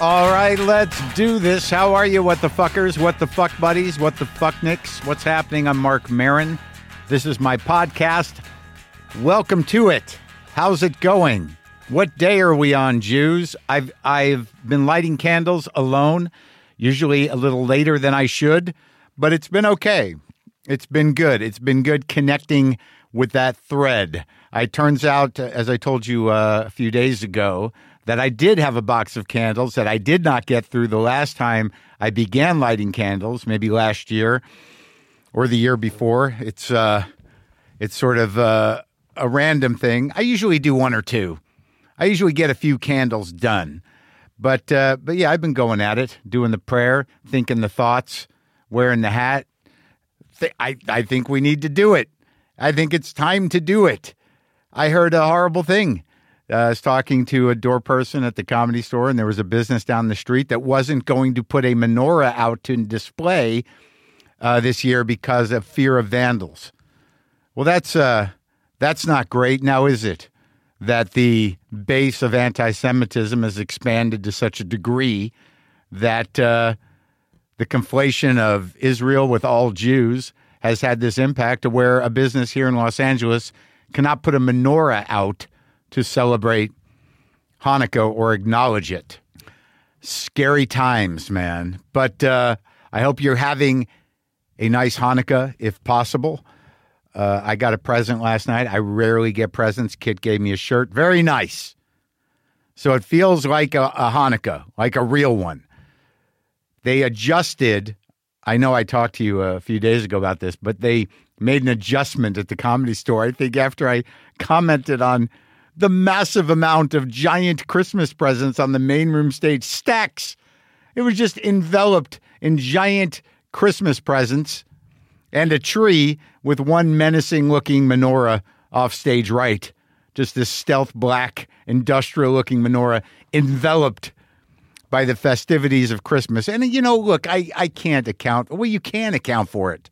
right, let's do this. How are you, what the fuckers, what the fuck buddies, what the fuck nicks? What's happening? I'm Mark Marin. This is my podcast. Welcome to it. How's it going? What day are we on, Jews? I've I've been lighting candles alone, usually a little later than I should, but it's been okay. It's been good. It's been good connecting with that thread. It turns out, as I told you uh, a few days ago, that I did have a box of candles that I did not get through the last time I began lighting candles, maybe last year or the year before. It's uh, it's sort of uh, a random thing. I usually do one or two. I usually get a few candles done, but uh, but yeah, I've been going at it, doing the prayer, thinking the thoughts, wearing the hat. Th- I I think we need to do it. I think it's time to do it. I heard a horrible thing. Uh, I was talking to a door person at the comedy store, and there was a business down the street that wasn't going to put a menorah out to display uh, this year because of fear of vandals. Well, that's uh, that's not great. Now, is it that the base of anti-Semitism has expanded to such a degree that uh, the conflation of Israel with all Jews has had this impact to where a business here in Los Angeles cannot put a menorah out to celebrate Hanukkah or acknowledge it. Scary times, man. But uh, I hope you're having a nice Hanukkah if possible. Uh, I got a present last night. I rarely get presents. Kit gave me a shirt. Very nice. So it feels like a, a Hanukkah, like a real one. They adjusted. I know I talked to you a few days ago about this, but they made an adjustment at the comedy store. I think after I commented on the massive amount of giant Christmas presents on the main room stage, stacks. It was just enveloped in giant Christmas presents and a tree with one menacing looking menorah off stage right. Just this stealth black industrial looking menorah enveloped by the festivities of Christmas. And you know, look, I, I can't account well, you can account for it.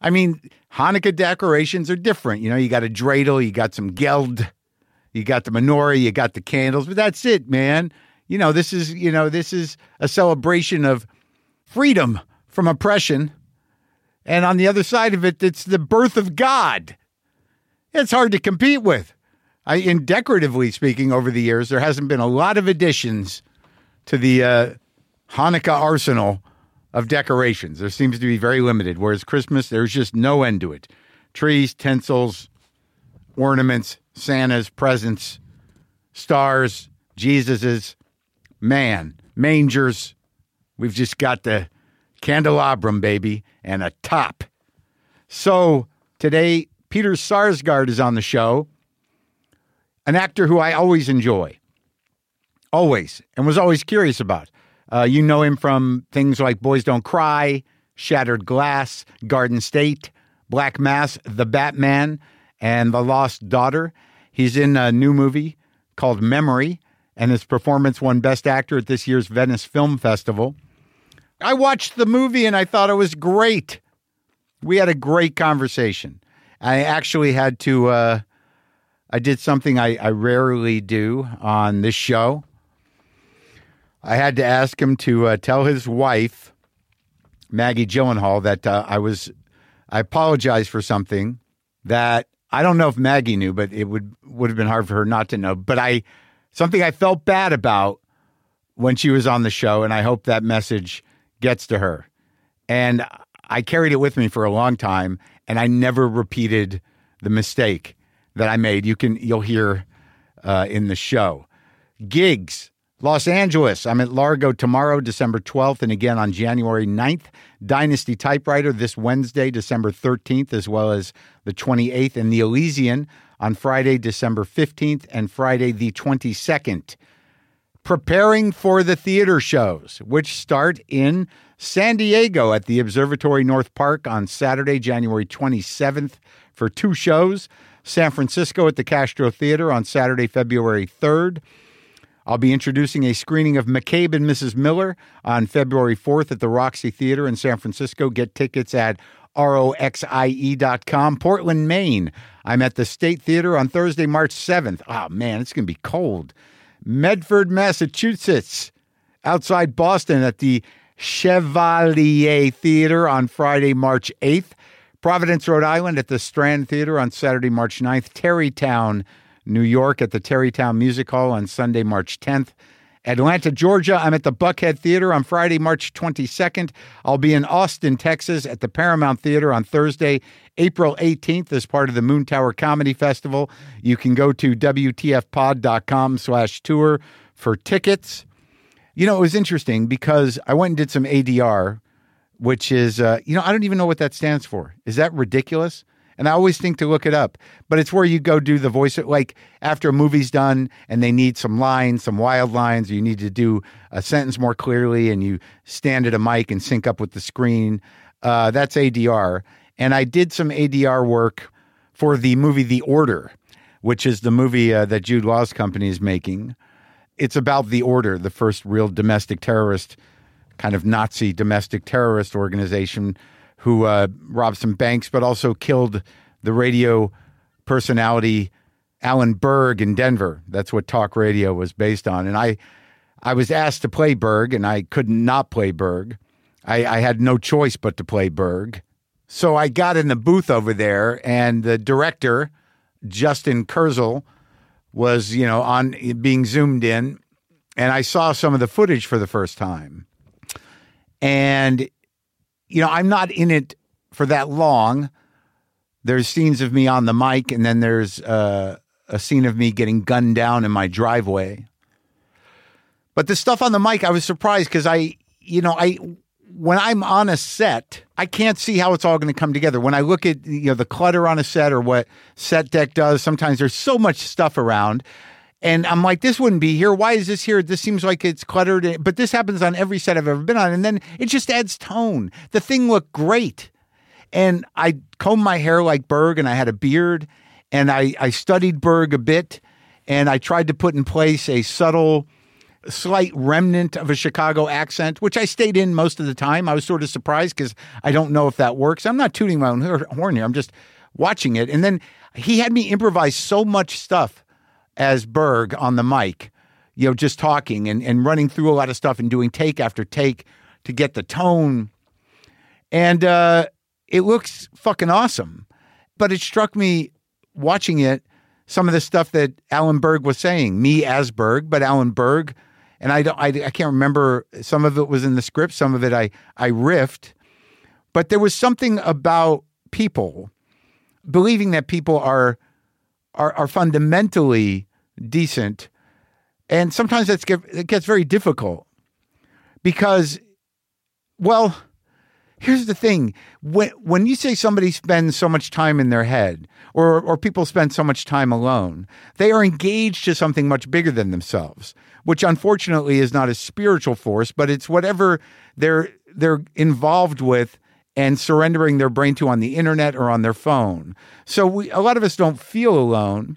I mean, Hanukkah decorations are different. You know, you got a dreidel, you got some geld, you got the menorah, you got the candles, but that's it, man. You know, this is, you know, this is a celebration of freedom from oppression. And on the other side of it, it's the birth of God. It's hard to compete with. I, in decoratively speaking, over the years, there hasn't been a lot of additions to the uh, Hanukkah arsenal of decorations. There seems to be very limited. Whereas Christmas, there's just no end to it. Trees, tinsels, ornaments, Santa's presents, stars, Jesus's, man, mangers. We've just got the candelabrum, baby, and a top. So today, Peter Sarsgaard is on the show, an actor who I always enjoy, always, and was always curious about. Uh, you know him from things like Boys Don't Cry, Shattered Glass, Garden State, Black Mass, The Batman, and The Lost Daughter. He's in a new movie called Memory, and his performance won Best Actor at this year's Venice Film Festival. I watched the movie and I thought it was great. We had a great conversation. I actually had to, uh, I did something I, I rarely do on this show. I had to ask him to uh, tell his wife, Maggie Gyllenhaal, that uh, I was, I apologized for something that I don't know if Maggie knew, but it would would have been hard for her not to know. But I, something I felt bad about when she was on the show, and I hope that message gets to her. And I carried it with me for a long time, and I never repeated the mistake that I made. You can you'll hear uh, in the show. Gigs, Los Angeles. I'm at Largo tomorrow, December 12th, and again on January 9th. Dynasty Typewriter this Wednesday, December 13th, as well as the 28th, and the Elysian on Friday, December 15th, and Friday, the 22nd preparing for the theater shows, which start in San Diego at the Observatory North Park on Saturday, January 27th, for two shows. San Francisco at the Castro Theater on Saturday, February 3rd. I'll be introducing a screening of McCabe and Mrs. Miller on February 4th at the Roxy Theater in San Francisco. Get tickets at roxie.com. E Portland, Maine. I'm at the State Theater on Thursday, Ah, March 7th. Oh, man, it's going to be cold. Medford, Massachusetts outside Boston at the Chevalier Theater on Friday, March 8th, Providence, Rhode Island at the Strand Theater on Saturday, March 9th, Terrytown, New York at the Terrytown Music Hall on Sunday, March 10th. Atlanta, Georgia. I'm at the Buckhead Theater on Friday, March 22nd. I'll be in Austin, Texas at the Paramount Theater on Thursday, April 18th as part of the Moon Tower Comedy Festival. You can go to WTFpod.com slash tour for tickets. You know, it was interesting because I went and did some ADR, which is, uh, you know, I don't even know what that stands for. Is that ridiculous? And I always think to look it up, but it's where you go do the voice, like after a movie's done and they need some lines, some wild lines, you need to do a sentence more clearly and you stand at a mic and sync up with the screen. Uh, that's ADR. And I did some ADR work for the movie The Order, which is the movie uh, that Jude Law's company is making it's about the order, the first real domestic terrorist, kind of Nazi domestic terrorist organization who uh, robbed some banks, but also killed the radio personality Alan Berg in Denver. That's what talk radio was based on. And I, I was asked to play Berg, and I could not play Berg. I, I had no choice but to play Berg. So I got in the booth over there, and the director, Justin Kurzel, was you know on being zoomed in and i saw some of the footage for the first time and you know i'm not in it for that long there's scenes of me on the mic and then there's uh, a scene of me getting gunned down in my driveway but the stuff on the mic i was surprised because i you know i when i'm on a set i can't see how it's all going to come together when i look at you know the clutter on a set or what set deck does sometimes there's so much stuff around and i'm like this wouldn't be here why is this here this seems like it's cluttered but this happens on every set i've ever been on and then it just adds tone the thing looked great and i combed my hair like berg and i had a beard and i, I studied berg a bit and i tried to put in place a subtle slight remnant of a Chicago accent, which I stayed in most of the time. I was sort of surprised because I don't know if that works. I'm not tooting my own hor- horn here. I'm just watching it. And then he had me improvise so much stuff as Berg on the mic, you know, just talking and, and running through a lot of stuff and doing take after take to get the tone. And uh, it looks fucking awesome. But it struck me watching it, some of the stuff that Alan Berg was saying, me as Berg, but Alan Berg. And I don't, I, I can't remember. Some of it was in the script, some of it I, I riffed. But there was something about people believing that people are, are, are fundamentally decent. And sometimes that's get, it gets very difficult because, well, here's the thing when when you say somebody spends so much time in their head or or people spend so much time alone they are engaged to something much bigger than themselves which unfortunately is not a spiritual force but it's whatever they're they're involved with and surrendering their brain to on the internet or on their phone so we, a lot of us don't feel alone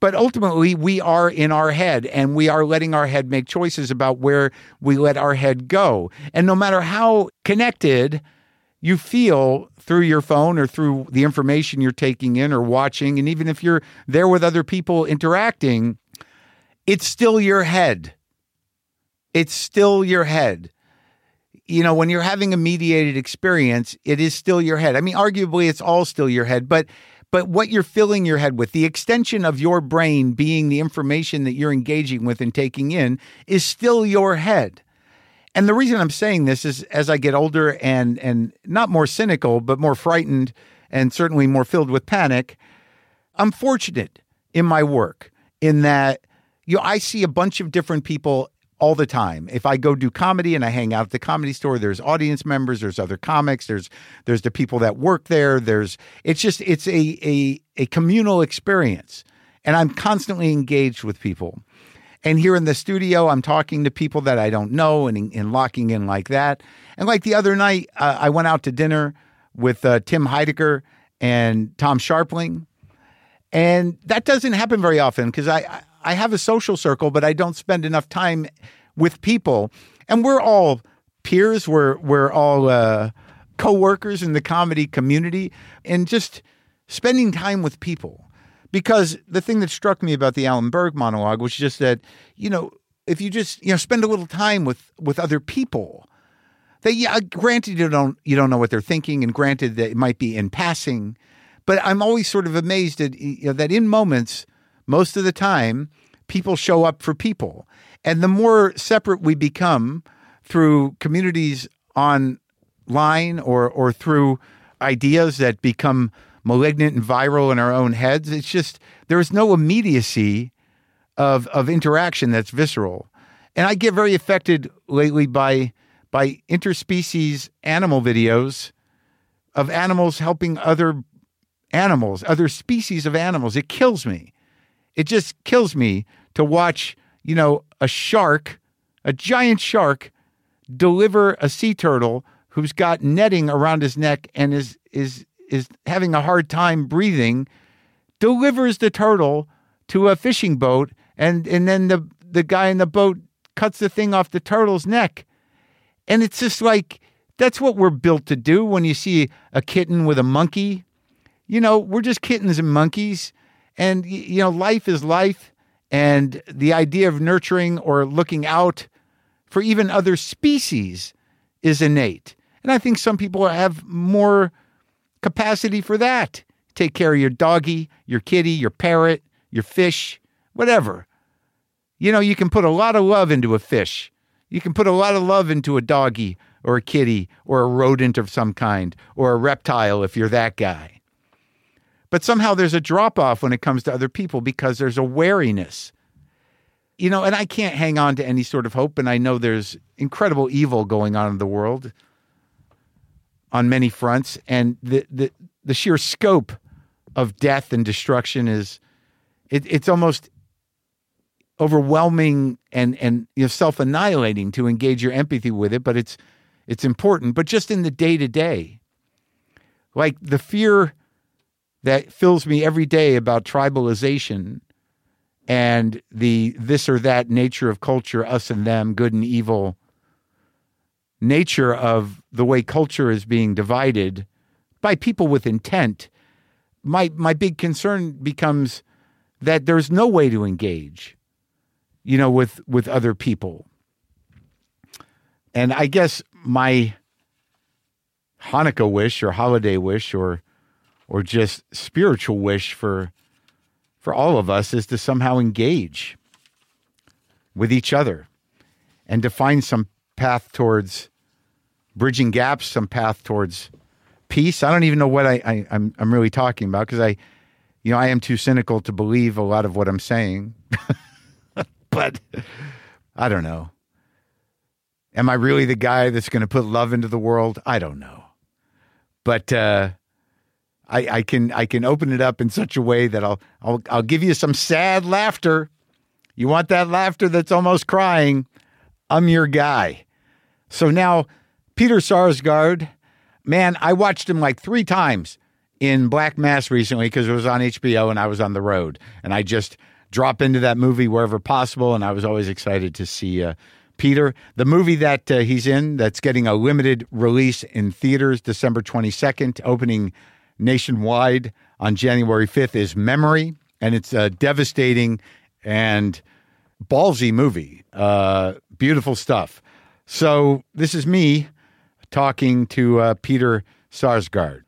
but ultimately, we are in our head and we are letting our head make choices about where we let our head go. And no matter how connected you feel through your phone or through the information you're taking in or watching, and even if you're there with other people interacting, it's still your head. It's still your head. You know, when you're having a mediated experience, it is still your head. I mean, arguably, it's all still your head, but but what you're filling your head with, the extension of your brain being the information that you're engaging with and taking in, is still your head. And the reason I'm saying this is as I get older and and not more cynical, but more frightened and certainly more filled with panic, I'm fortunate in my work in that you know, I see a bunch of different people all the time. If I go do comedy and I hang out at the comedy store, there's audience members, there's other comics, there's there's the people that work there, there's it's just it's a a a communal experience. And I'm constantly engaged with people. And here in the studio, I'm talking to people that I don't know and, and locking in like that. And like the other night, uh, I went out to dinner with uh, Tim Heidecker and Tom Sharpling. And that doesn't happen very often because I, I- I have a social circle, but I don't spend enough time with people. And we're all peers, we're, we're all uh, co workers in the comedy community. And just spending time with people because the thing that struck me about the Alan Berg monologue was just that, you know, if you just you know spend a little time with with other people they yeah, uh, granted you don't you don't know what they're thinking and granted that it might be in passing but i'm always sort of amazed at you know that in moments most of the time people show up for people and the more separate we become through communities online or or through ideas that become malignant and viral in our own heads it's just there's no immediacy of of interaction that's visceral. And I get very affected lately by by interspecies animal videos of animals helping other animals, other species of animals. It kills me. It just kills me to watch, you know, a shark, a giant shark deliver a sea turtle who's got netting around his neck and is is is having a hard time breathing delivers the turtle to a fishing boat and and then the the guy in the boat cuts the thing off the turtle's neck and it's just like that's what we're built to do when you see a kitten with a monkey you know we're just kittens and monkeys and y- you know life is life and the idea of nurturing or looking out for even other species is innate and i think some people have more capacity for that take care of your doggy your kitty your parrot your fish whatever you know, you can put a lot of love into a fish. You can put a lot of love into a doggy or a kitty or a rodent of some kind or a reptile if you're that guy. But somehow there's a drop off when it comes to other people because there's a wariness. You know, and I can't hang on to any sort of hope. And I know there's incredible evil going on in the world on many fronts. And the, the, the sheer scope of death and destruction is, it, it's almost overwhelming and and you know, self annihilating to engage your empathy with it, but it's it's important. But just in the day to day, like the fear that fills me every day about tribalization and the this or that nature of culture, us and them, good and evil nature of the way culture is being divided by people with intent. My my big concern becomes that there's no way to engage you know with with other people and i guess my hanukkah wish or holiday wish or or just spiritual wish for for all of us is to somehow engage with each other and to find some path towards bridging gaps some path towards peace i don't even know what i, I i'm i'm really talking about because i you know i am too cynical to believe a lot of what i'm saying but I don't know. Am I really the guy that's going to put love into the world? I don't know. But uh, I, I can I can open it up in such a way that I'll I'll I'll give you some sad laughter. You want that laughter that's almost crying? I'm your guy. So now, Peter Sarsgaard, man, I watched him like three times in Black Mass recently because it was on HBO and I was on the road and I just drop into that movie wherever possible. And I was always excited to see uh, Peter. The movie that uh, he's in that's getting a limited release in theaters December 22nd, opening nationwide on January 5th, is Memory. And it's a devastating and ballsy movie. Uh, beautiful stuff. So this is me talking to uh, Peter Sarsgaard.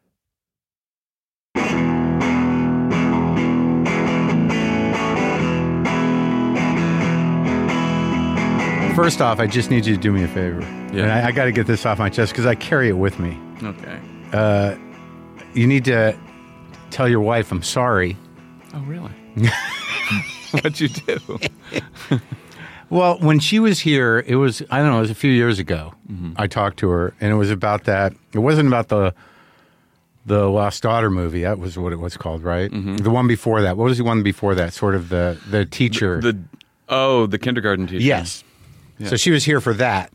First off, I just need you to do me a favor. Yeah. And I, I got to get this off my chest because I carry it with me. Okay. You need to tell your wife I'm sorry. Oh, really? What'd you do? Well, when she was here, it was, I don't know, it was a few years ago. I talked to her and it was about that. It wasn't about the the Lost Daughter movie. That was what it was called, right? The one before that. What was the one before that? Sort of the, the teacher. The oh, the kindergarten teacher. Yes. So she was here for that.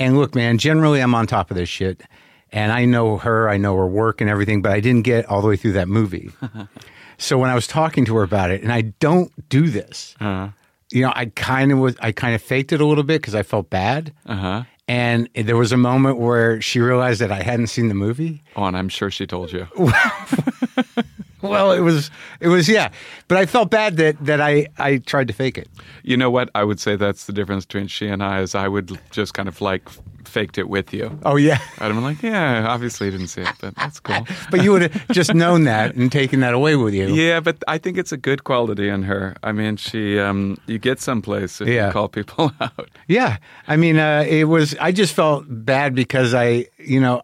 And look, man, generally I'm on top of this shit. And I know her, I know her work and everything, but I didn't get all the way through that movie. so when I was talking to her about it, and I don't do this, you know, I kind of was, I kind of faked it a little bit because I felt bad. Uh huh. And there was a moment where she realized that I hadn't seen the movie. Oh, and I'm sure she told you. well, it was, it was, yeah. But I felt bad that that I I tried to fake it. You know what? I would say that's the difference between she and I is I would just kind of like faked it with you. Oh yeah, I'd have been like, yeah, obviously you didn't see it, but that's cool. but you would have just known that and taken that away with you. Yeah, but I think it's a good quality in her. I mean, she, um, you get someplace if Yeah. you call people out. Yeah. I mean, uh, it was, I just felt bad because I, you know,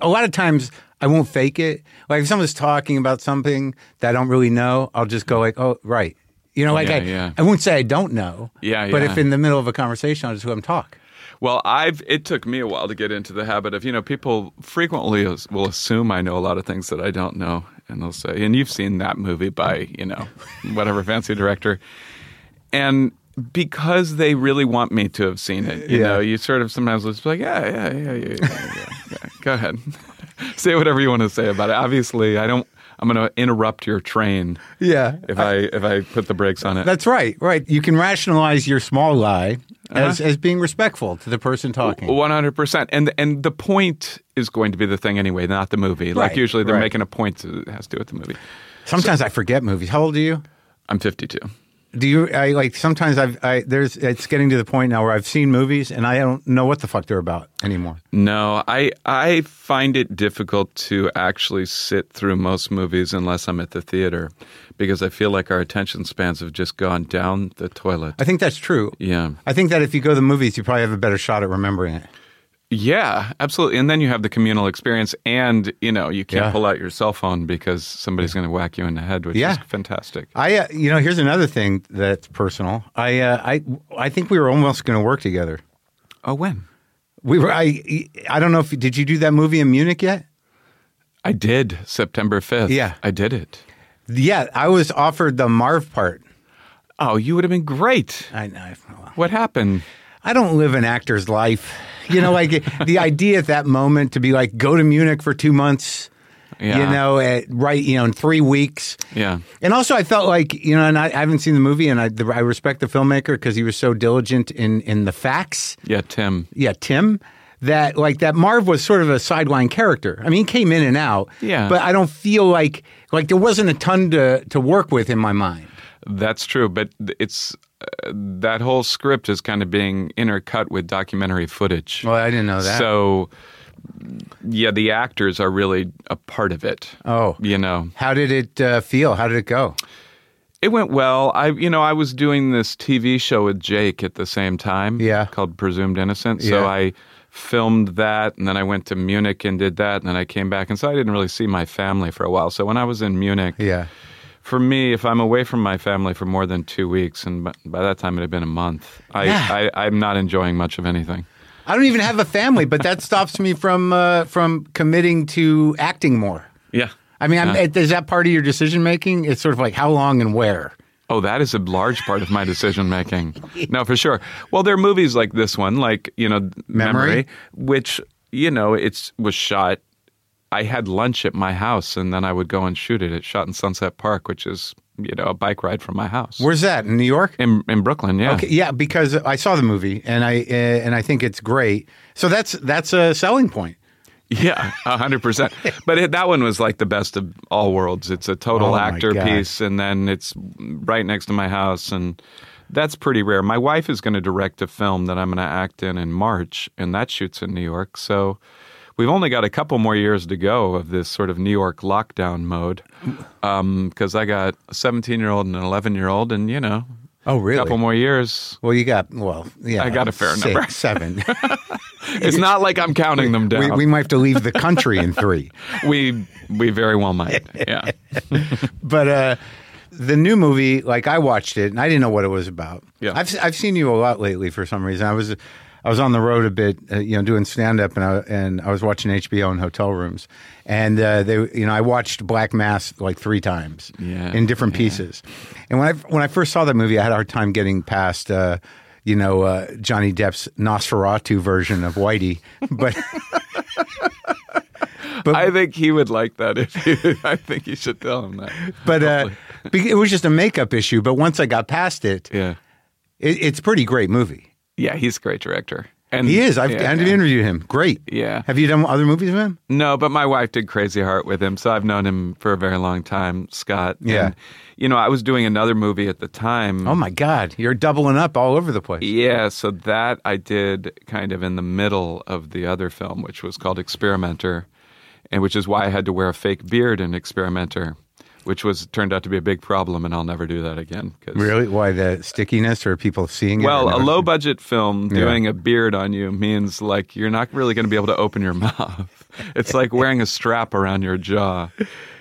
a lot of times I won't fake it. Like if someone's talking about something that I don't really know, I'll just go like, oh, right. You know, like Yeah, I, yeah. I won't say I don't know. Yeah, But yeah. if in the middle of a conversation, I'll just let them talk. Well, I've it took me a while to get into the habit of you know people frequently as- will assume I know a lot of things that I don't know, and they'll say, "And you've seen that movie by you know whatever fancy director," and because they really want me to have seen it, you Yeah. know, you sort of sometimes will just be like, "Yeah, yeah, yeah, yeah, yeah, yeah, yeah. go ahead, say whatever you want to say about it." Obviously, I don't. I'm going to interrupt your train Yeah. if I if I put the brakes on it. That's right. Right. You can rationalize your small lie Uh-huh. as, as being respectful to the person talking. One hundred percent, and and the point is going to be the thing anyway, not the movie. Right, Like usually they're right. making a point to, it has to do with the movie. Sometimes I forget movies. How old are you? I'm fifty two. Do you I like sometimes I've I there's it's getting to the point now where I've seen movies and I don't know what the fuck they're about anymore. No, I I find it difficult to actually sit through most movies unless I'm at the theater, because I feel like our attention spans have just gone down the toilet. I think that's true. Yeah, I think that if you go to the movies, you probably have a better shot at remembering it. yeah, absolutely. And then you have the communal experience, and you know you can't Yeah. pull out your cell phone because somebody's going to whack you in the head, which Yeah. is fantastic. I, uh, you know, here's another thing that's personal. I, uh, I, I think we were almost going to work together. Oh, when? We were. I, I don't know if did you do that movie in Munich yet? I did September 5th. Yeah. I did it. Yeah, I was offered the Marv part. Oh, you would have been great. I know. well, What happened? I don't live an actor's life. You know, like the idea at that moment to be like, go to Munich for two months. You Yeah. know, at right, you know, in three weeks. Yeah. And also, I felt like you know, and I, I haven't seen the movie, and I, the, I respect the filmmaker because he was so diligent in in the facts. Yeah, Tim. Yeah, Tim. That like that Marv was sort of a sideline character. I mean, he came in and out. Yeah. But I don't feel like like there wasn't a ton to to work with in my mind. That's true, but it's uh, that whole script is kind of being intercut with documentary footage. Well, I didn't know that. So yeah, the actors are really a part of it. oh, You know. how did it uh, feel? How did it go? It went well. I you know, I was doing this TV show with Jake at the same time. Yeah. Called Presumed Innocent. Yeah. So I filmed that and then I went to Munich and did that and then I came back and so I didn't really see my family for a while. So when I was in Munich Yeah. for me, if I'm away from my family for more than two weeks, and by, by that time it had been a month, I, Yeah. I, I'm not enjoying much of anything. I don't even have a family, but that stops me from uh, from committing to acting more. Yeah. I mean, I'm, is that part of your decision making? It's sort of like how long and where. Oh, that is a large part of my decision making. No, for sure. Well, there are movies like this one, like you know, Memory? which you know, it's was shot. I had lunch at my house, and then I would go and shoot it. It's shot in Sunset Park, which is you know a bike ride from my house Where's that in New York? in in Brooklyn. Yeah. Okay, yeah, because I saw the movie and I uh, and I think it's great. So that's that's a selling point. Yeah, a hundred percent. But it, that one was like the best of all worlds. It's a total Oh, my actor God. piece, and then it's right next to my house, and that's pretty rare. My wife is going to direct a film that I'm going to act in in March, and that shoots in New York. So we've only got a couple more years to go of this sort of New York lockdown mode, because I got a 17 year old and an 11 year old, and you know, Oh, a really? couple more years. Well, you got well, yeah. I got a fair six, number. seven. It's not like I'm counting them we, down. we might have to leave the country in three. we we very well might. Yeah. But uh, the new movie, like I watched it and I didn't know what it was about. Yeah. I've I've seen you a lot lately for some reason. I was I was on the road a bit, uh, you know, doing stand up and I and I was watching HBO in hotel rooms, and uh, they you know I watched Black Mass like three times Yeah, in different pieces, and when I when I first saw that movie, I had a hard time getting past. Uh, you know uh, Johnny Depp's Nosferatu version of Whitey, but I think he would like that if you, I think you should tell him that. but uh, be- it was just a makeup issue. But once I got past it, Yeah. it it's a pretty great movie. Yeah, he's a great director. And He is. I've yeah, I've yeah. interviewed him. Great. Yeah. Have you done other movies with him? No, but my wife did Crazy Heart with him, so I've known him for a very long time, Scott. Yeah. And, you know, I was doing another movie at the time. Oh my God, you're doubling up all over the place. Yeah, so that I did kind of in the middle of the other film, which was called Experimenter, and which is why I had to wear a fake beard in Experimenter, which was turned out to be a big problem, and I'll never do that again. 'cause- Really? Why the stickiness or people seeing it? Well, or a noticing? low budget film doing a beard on you means like you're not really going to be able to open your mouth. It's like wearing a strap around your jaw.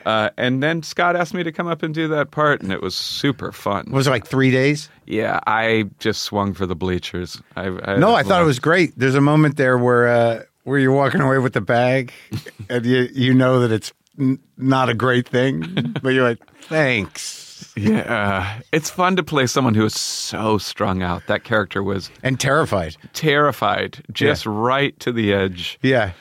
Uh, and then Scott asked me to come up and do that part, and it was super fun. Was it like three days? Yeah, I just swung for the bleachers. I, I No, I thought it loved- was great. There's a moment there where uh, where you're walking away with the bag, and you you know that it's n- not a great thing, but you're like, thanks, Yeah, it's fun to play someone who is so strung out. That character was and terrified. terrified, just right to the edge. Yeah,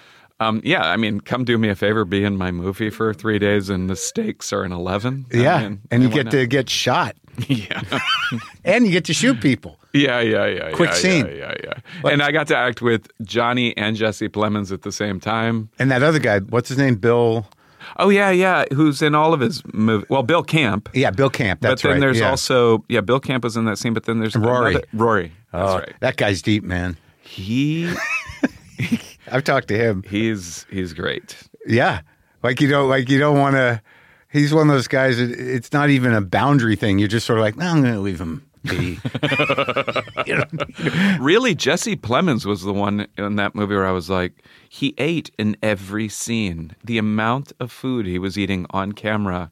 Um, yeah, I mean, come do me a favor, be in my movie for three days, and the stakes are an eleven. I yeah, mean, and you why get not? to get shot, yeah, and you get to shoot people. yeah, yeah, yeah. Quick yeah, scene. Yeah, yeah, yeah. and I got to act with Johnny and Jesse Plemons at the same time. And that other guy, what's his name? Bill. Oh yeah, yeah. Who's in all of his movies? Well, Bill Camp. Yeah, Bill Camp. That's but then right. there's yeah. also yeah, Bill Camp was in that scene. But then there's Rory. another- Rory. That's Oh, right. That guy's deep, man. He I've talked to him. He's he's great. Yeah, like you don't like you don't want to. He's one of those guys. That it's not even a boundary thing. You're just sort of like, "No, I'm going to leave him be. You know? Really, Jesse Plemons was the one in that movie where I was like, he ate in every scene. The amount of food he was eating on camera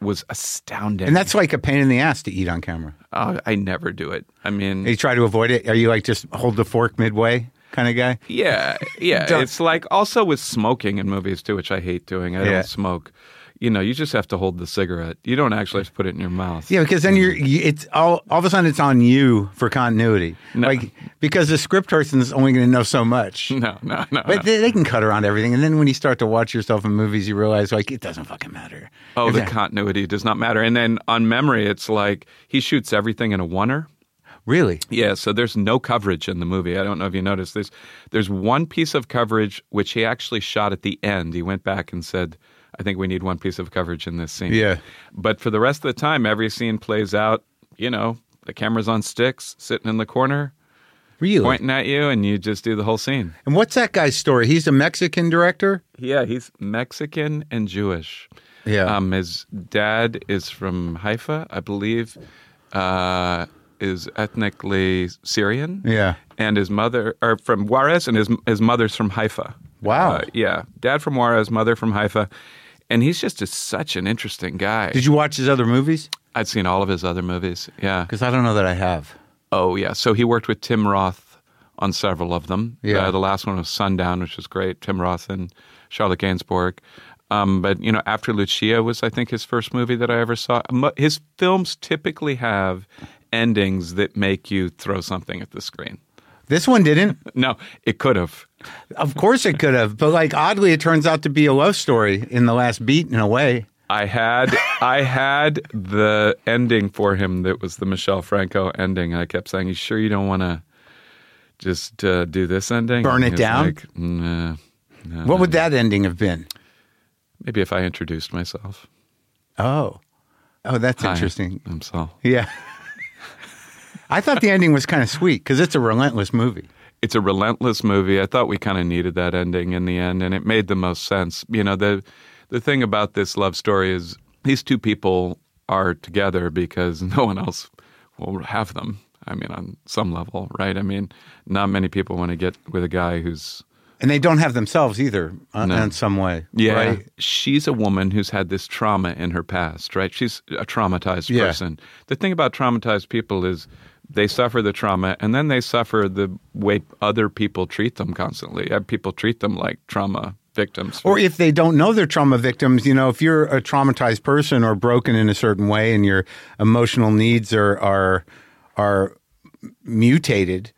was astounding. And that's like a pain in the ass to eat on camera. Uh, I never do it. I mean, You try to avoid it. Are you like just hold the fork midway kind of guy? yeah, yeah. Don't- it's like also with smoking in movies too, which I hate doing. I Yeah. don't smoke. You know, you just have to hold the cigarette. You don't actually have to put it in your mouth. Yeah, because then you're you, it's all all of a sudden it's on you for continuity. No. Like because the script person's only going to know so much. No, no, no. no. But they, they can cut around everything, and then when you start to watch yourself in movies, you realize like it doesn't fucking matter. Oh, the If that- continuity does not matter. And then on memory, it's like he shoots everything in a oneer. really? Yeah, so there's no coverage in the movie. I don't know if you noticed this. There's one piece of coverage which he actually shot at the end. He went back and said, I think we need one piece of coverage in this scene. Yeah. But for the rest of the time, every scene plays out, you know, the camera's on sticks, sitting in the corner, Really? pointing at you, and you just do the whole scene. And what's that guy's story? He's a Mexican director. Yeah, he's Mexican and Jewish. Yeah. Um, his dad is from Haifa, I believe, uh, is ethnically Syrian. Yeah. And his mother, or from Juarez, and his his mother's from Haifa. Wow. Uh, yeah, dad from Juarez, mother from Haifa, and he's just a, such an interesting guy. Did you watch his other movies? I'd seen all of his other movies. Yeah. Because I don't know that I have. Oh yeah. So he worked with Tim Roth on several of them. Yeah. Uh, the last one was Sundown, which was great. Tim Roth and Charlotte Gainsbourg. Um, but you know, after Lucia was, I think, his first movie that I ever saw. Mo- His films typically have endings that make you throw something at the screen. This one didn't. No, it could have. Of course it could have, but like oddly, it turns out to be a love story in the last beat in a way. I had I had the ending for him that was the Michelle Franco ending, and I kept saying, "You sure you don't want to just uh, do this ending? Burn And it he was down? Like, nah, nah, What would that ending have been? Maybe if I introduced myself. Oh, oh, that's Hi, interesting. I'm Saul. Yeah, I thought the ending was kind of sweet because it's a relentless movie. It's a relentless movie. I thought we kind of needed that ending in the end, and it made the most sense. You know, the the thing about this love story is these two people are together because no one else will have them. I mean, on some level, right? I mean, not many people want to get with a guy who's And they don't have themselves either uh, No. in some way. Yeah. right? She's a woman who's had this trauma in her past, right? She's a traumatized Yeah. person. The thing about traumatized people is they suffer the trauma and then they suffer the way other people treat them constantly. Uh, People treat them like trauma victims. Or if they don't know they're trauma victims, you know, if you're a traumatized person or broken in a certain way and your emotional needs are are are mutated,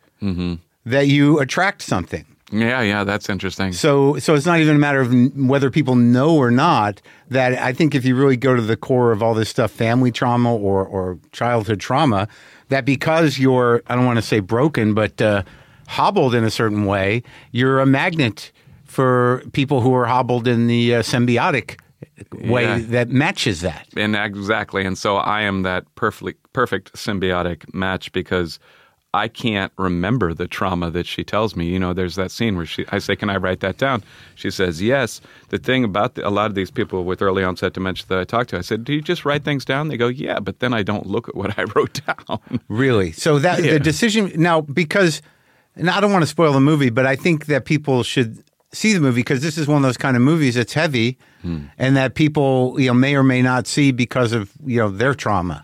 that you attract something. yeah, yeah, that's interesting. So so it's not even a matter of n- whether people know or not. That I think if you really go to the core of all this stuff, family trauma or or childhood trauma, that because you're I don't want to say broken, but uh, hobbled in a certain way, you're a magnet for people who are hobbled in the uh, symbiotic way Yeah. that matches that. And exactly. And so I am that perfect perfect symbiotic match because I can't remember the trauma that she tells me. You know, there's that scene where she I say, "Can I write that down?" She says, "Yes." The thing about the, a lot of these people with early onset dementia that I talk to, I said, "Do you just write things down?" They go, "Yeah," but then I don't look at what I wrote down. Really. So that the decision now because and I don't want to spoil the movie, but I think that people should see the movie because this is one of those kind of movies that's heavy and that people, you know, may or may not see because of, you know, their trauma.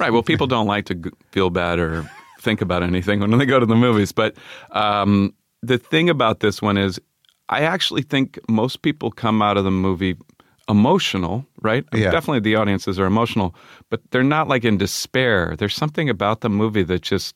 Right. Well, people don't like to g- feel bad or think about anything when they go to the movies. But um, the thing about this one is, I actually think most people come out of the movie emotional, right? Yeah. Definitely the audiences are emotional, but they're not like in despair. There's something about the movie that just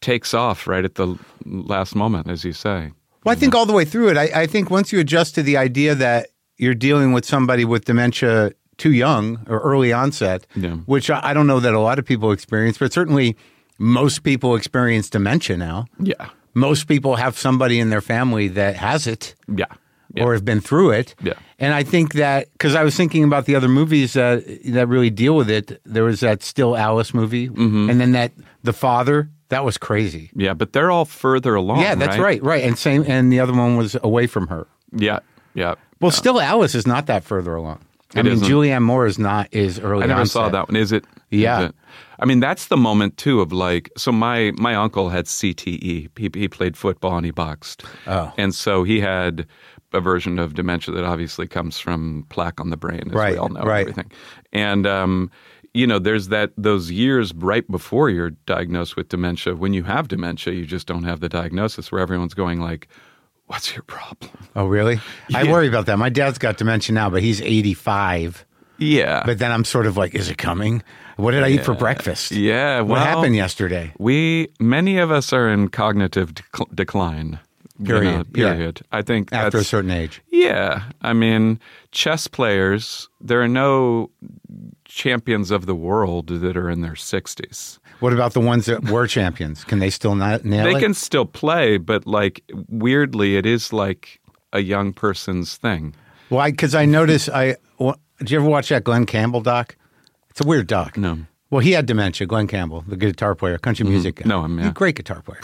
takes off right at the l- last moment, as you say. Well, I think all the way through it, I, I think once you adjust to the idea that you're dealing with somebody with dementia too young or early onset, Yeah. which I, I don't know that a lot of people experience, but certainly most people experience dementia now. Yeah. Most people have somebody in their family that has it Yeah. Yeah. or have been through it. Yeah. And I think that because I was thinking about the other movies that that really deal with it. There was that Still Alice movie, Mm-hmm. and then that The Father. That was crazy. yeah. But they're all further along. yeah, that's right, right. And same, and the other one was Away from Her. Yeah. Yeah. Well, still, Alice is not that further along. I It mean, isn't. Julianne Moore is not is early. I never saw onset. that one. Is it? Yeah. Is it? I mean, that's the moment too of like. So my my uncle had CTE. He he played football and he boxed. Oh. And so he had a version of dementia that obviously comes from plaque on the brain, as Right, we all know. right. Everything. And um, you know, there's that those years right before you're diagnosed with dementia. When you have dementia, you just don't have the diagnosis. Where everyone's going like, "What's your problem?" Oh, really? I worry about that. My dad's got dementia now, but he's eighty five. Yeah. But then I'm sort of like, is it coming? What did I eat for breakfast? yeah. What well- happened yesterday? We many of us are in cognitive dec- decline. you know, Period. Yeah. period. I think After a that's, certain age, yeah. I mean, chess players. There are no champions of the world that are in their sixties. what about the ones that were champions? Can they still not nail They it? can still play, but like weirdly, it is like a young person's thing. Why? Because I notice. I wha- did you ever watch that Glenn Campbell doc? It's a weird doc. No. Mm-hmm. Well, he had dementia. Glenn Campbell, the guitar player, country music. Guy. No, I'm- He's a yeah. great guitar player,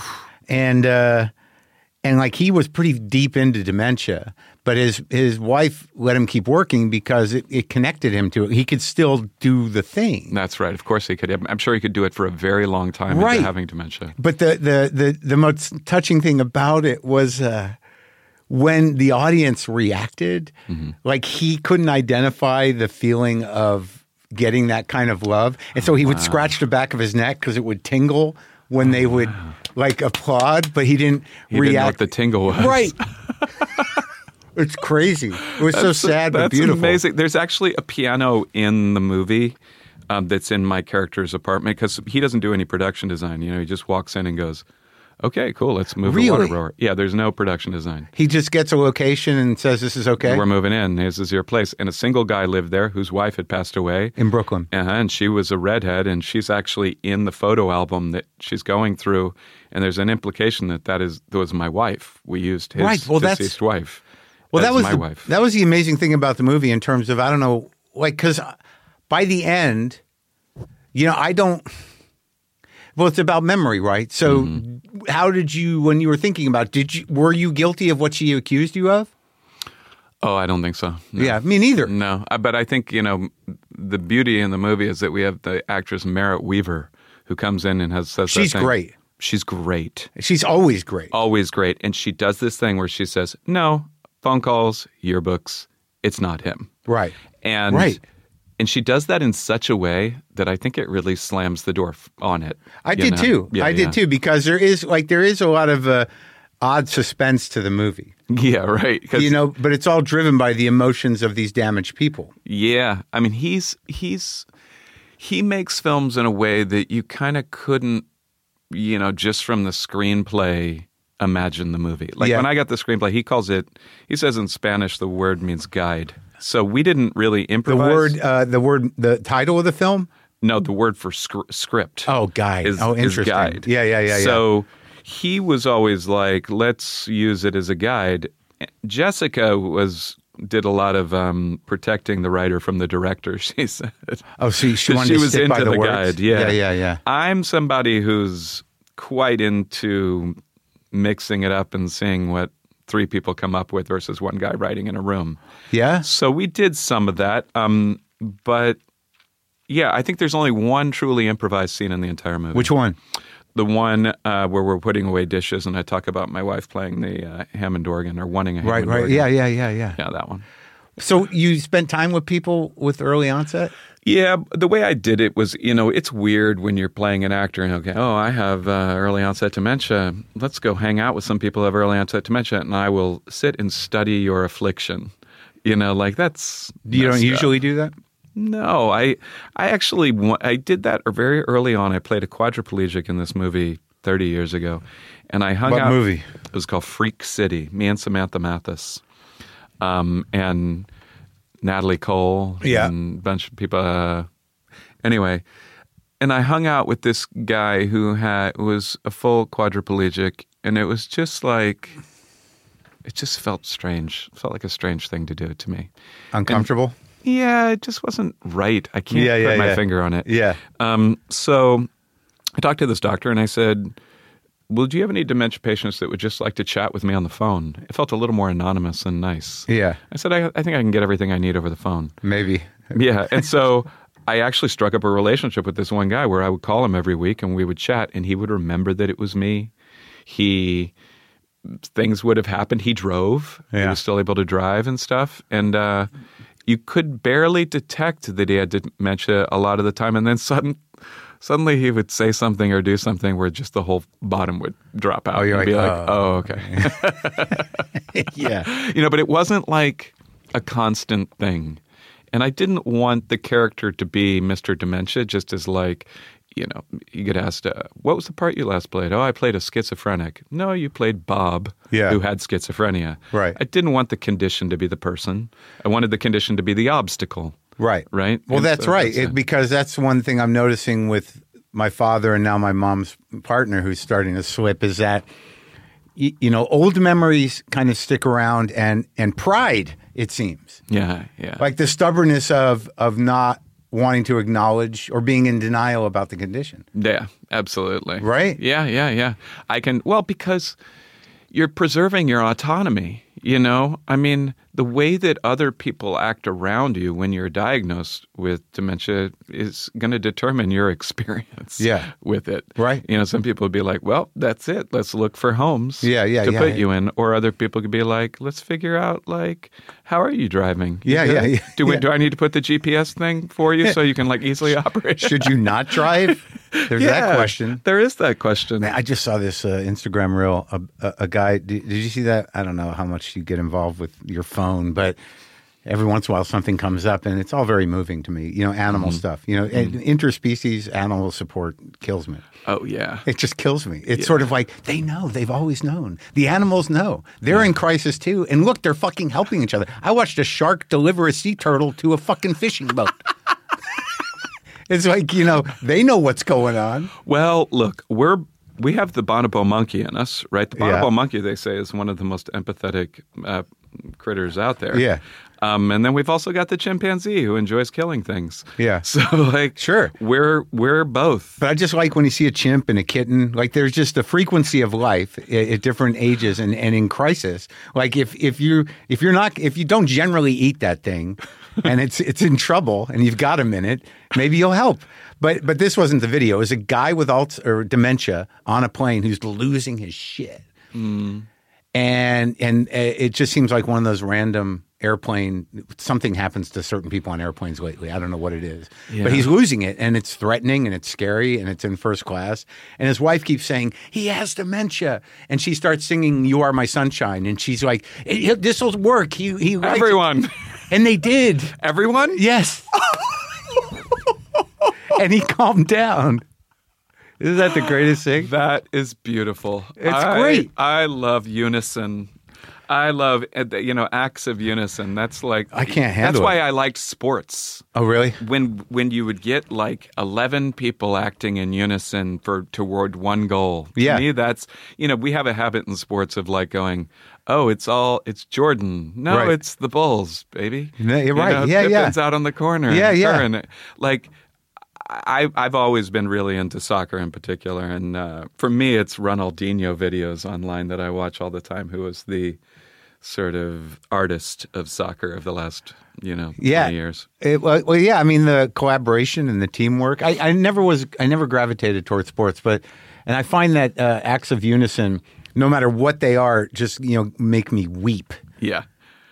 and uh, and like he was pretty deep into dementia, but his his wife let him keep working because it, it connected him to it. He could still do the thing. That's right. Of course, he could. I'm sure he could do it for a very long time. into Right. having dementia. But the the the the most touching thing about it was uh, when the audience reacted. Mm-hmm. Like he couldn't identify the feeling of getting that kind of love, and so he would scratch the back of his neck because it would tingle when they would like applaud, but he didn't He didn't know what react. the tingle was. right. it's crazy. It was so sad that's but beautiful. amazing. There's actually a piano in the movie um, that's in my character's apartment because he doesn't do any production design. You know, he just walks in and goes, "Okay, cool, let's move the water Really? rower." Yeah, there's no production design. He just gets a location and says, "This is okay." We're moving in. This is your place. And a single guy lived there whose wife had passed away In Brooklyn. uh-huh, and she was a redhead, and she's actually in the photo album that she's going through. And there's an implication that that is that was my wife. We used his Right, well, that's- deceased wife. Well, as that was my the, wife. That was the amazing thing about the movie in terms of I don't know, like because by the end, you know, I don't. Well, it's about memory, right? So, Mm-hmm. how did you when you were thinking about? Did you were you guilty of what she accused you of? oh, I don't think so. No. Yeah, me neither. No, I- but I think you know the beauty in the movie is that we have the actress Merritt Weaver who comes in and has says that She's thing. great. She's great, She's always great. always great, and she does this thing where she says, "No, phone calls, yearbooks, it's not him." Right. And Right. And she does that in such a way that I think it really slams the door f- on it. I you did know? too. Yeah, I did yeah. too because there is like there is a lot of uh, odd suspense to the movie, Yeah, right. 'cause- you know. But it's all driven by the emotions of these damaged people. Yeah, I mean he's he's he makes films in a way that you kind of couldn't, you know, just from the screenplay imagine the movie. Like Yeah. when I got the screenplay, he calls it he says in Spanish the word means guide. So we didn't really The improvise. word, uh, the word, the title of the film no, the word for scr- script. Oh, guide. Is, oh, is interesting. guide. Yeah, yeah, yeah, yeah. So he was always like, let's use it as a guide. Jessica was did a lot of um, protecting the writer from the director. She said Oh, see, she wanted she to was stick into by the, the words. guide. Yeah. yeah, yeah, yeah. I'm somebody who's quite into mixing it up and seeing what three people come up with versus one guy writing in a room. Yeah? So we did some of that. Um, but yeah, I think there's only one truly improvised scene in the entire movie. Which one? the one uh, where we're putting away dishes, and I talk about my wife playing the uh, Hammond organ or wanting a Right, Hammond right. organ. Yeah, yeah, yeah, yeah. yeah, that one. So you spent time with people with early onset? Yeah, the way I did it was, you know, it's weird when you're playing an actor and okay, oh, I have uh, early onset dementia. Let's go hang out with some people who have early onset dementia, and I will sit and study your affliction. You know, like that's You don't messed up. usually do that? No, I I actually wa- I did that er, very early on. I played a quadriplegic in this movie 30 years ago, and I hung What out. movie? It was called Freak City. Me and Samantha Mathis, um, and Natalie Cole, Yeah. and a bunch of people. Uh, anyway, and I hung out with this guy who had was a full quadriplegic, and it was just like. It just felt strange. Felt like a strange thing to do to me Uncomfortable? yeah, it just wasn't right. I can't Yeah, put yeah, my yeah. finger on it. yeah. Um, so I talked to this doctor and I said, Well, do you have any dementia patients that would just like to chat with me on the phone? It felt a little more anonymous and nice. Yeah. I said, I, I think I can get everything I need over the phone. Maybe. Yeah. And so I actually struck up a relationship with this one guy where I would call him every week and we would chat and he would remember that it was me. He things would have happened. He drove. He Yeah. was still able to drive and stuff. And uh, you could barely detect that he had dementia a lot of the time. And then sudden, suddenly he would say something or do something where just the whole bottom would drop out. Oh, you're and be like, like, "Oh." oh, okay. yeah. you know, but it wasn't like a constant thing. And I didn't want the character to be Mr. Dementia, just as like, you know, you get asked, uh, what was the part you last played? Oh, I played a schizophrenic. No, you played Bob, Yeah. who had schizophrenia. Right. I didn't want the condition to be the person. I wanted the condition to be the obstacle. Right. Right? Well, And that's so right. that's It, because that's one thing I'm noticing with my father and now my mom's partner who's starting to slip is that y- you know, old memories kind of stick around and and pride it seems. Yeah, yeah. Like the stubbornness of of not wanting to acknowledge or being in denial about the condition. Yeah, absolutely. Right? Yeah, yeah, yeah. I can well because you're preserving your autonomy, you know? I mean, the way that other people act around you when you're diagnosed with dementia is going to determine your experience Yeah. with it. Right. You know, some people would be like, "Well, that's it. Let's look for homes Yeah, yeah, to yeah, put yeah. you in." Or other people could be like, "Let's figure out like how are you driving?" You Yeah, good? yeah, yeah, Do we, yeah. do I need to put the GPS thing for you so you can like easily operate? Should you not drive? There's that question. There is that question. Man, I just saw this uh, Instagram reel. A, a, a guy, did, did you see that? I don't know how much you get involved with your phone, but every once in a while something comes up and it's all very moving to me. You know, animal stuff. You know, and interspecies animal support kills me. Oh yeah. It just kills me. It's sort of like they know. They've always known. The animals know. They're in crisis too. And look, they're fucking helping each other. I watched a shark deliver a sea turtle to a fucking fishing boat. it's like, you know, they know what's going on. Well, look, we're we have the bonobo monkey in us, right? The bonobo Yeah. monkey, they say, is one of the most empathetic uh, critters out there. Yeah. Um, and then we've also got the chimpanzee who enjoys killing things. Yeah. So like, Sure. we're we're both. But I just like when you see a chimp and a kitten. Like there's just a frequency of life at, at different ages and, and in crisis. Like if if you if you're not if you don't generally eat that thing, and it's it's in trouble and you've got a minute, maybe you'll help. But but this wasn't the video. It was a guy with alt or dementia on a plane who's losing his shit, and and uh, it just seems like one of those random airplane something happens to certain people on airplanes lately i don't know what it is Yeah. but he's losing it and it's threatening and it's scary and it's in first class and his wife keeps saying he has dementia and she starts singing you are my sunshine and she's like this will work he, he likes it." Everyone, and they did everyone. yes and he calmed down isn't that the greatest thing That is beautiful. It's I- great. I love unison. I love uh, the- you know acts of unison. That's like I can't handle That's why it. I liked sports. Oh, really? When when you would get like eleven people acting in unison for toward one goal. Yeah. To me, that's you know we have a habit in sports of like going, oh, it's all it's Jordan. No, Right. it's the Bulls, baby. No, you're You right. know, Yeah, yeah. Pippen's out on the corner. Yeah, and yeah. Curran. Like I, I've always been really into soccer in particular, and uh, for me, it's Ronaldinho videos online that I watch all the time. Who was the sort of artist of soccer of the last, you know, Yeah. 20 years? It, well, well, yeah. I mean, the collaboration and the teamwork. I, I never was. I never gravitated towards sports, but and I find that uh, acts of unison, no matter what they are, just you know make me weep. Yeah,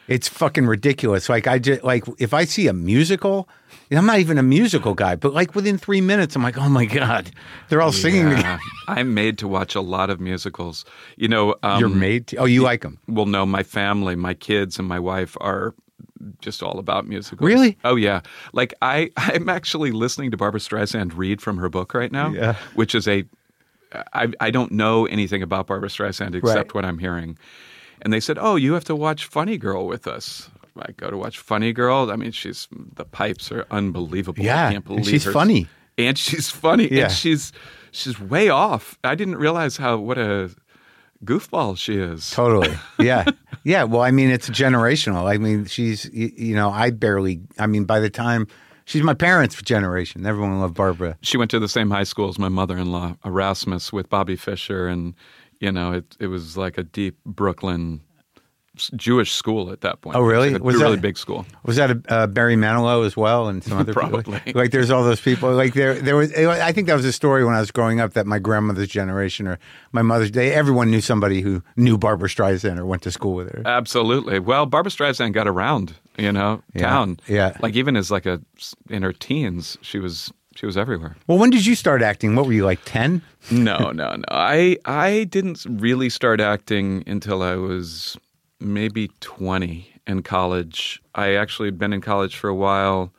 It's fucking ridiculous. Like I just like if I see a musical, and I'm not even a musical guy, but like within three minutes, I'm like, oh my god, they're all singing. yeah. together. I'm made to watch a lot of musicals. You know, um, You're made. To, oh, you like them? well, no, my family, my kids, and my wife are just all about musicals. Really? Oh yeah. Like I, I'm actually listening to Barbara Streisand read from her book right now, Yeah. which is a, I, I don't know anything about Barbara Streisand except Right. what I'm hearing, and they said, oh, you have to watch Funny Girl with us. I go to watch Funny Girl. I mean, she's the pipes are unbelievable. Yeah, I can't and believe she's her- funny. and she's funny, Yeah. and she's she's way off. I didn't realize how what a goofball she is. Totally. Yeah. yeah. Well, I mean, it's generational. I mean, she's, you, you know, I barely, I mean, by the time she's my parents' generation, everyone loved Barbara. she went to the same high school as my mother-in-law Erasmus with Bobby Fischer and you know it it was like a deep Brooklyn s- Jewish school at that point. Oh, really? It was, like a Was really that- big school. Was that a, uh, Barry Manilow as well, and some other Probably. people? Like, there's all those people. Like, there, there was. I think that was a story when I was growing up that my grandmother's generation or my mother's day, everyone knew somebody who knew Barbara Streisand or went to school with her. Absolutely. Well, Barbara Streisand got around, you know, town. yeah. Like even as like a s- in her teens, she was she was everywhere. Well, when did you start acting? What were you like ten? no, no, no. I I didn't really start acting until I was maybe 20 in college. I actually had been in college for a while,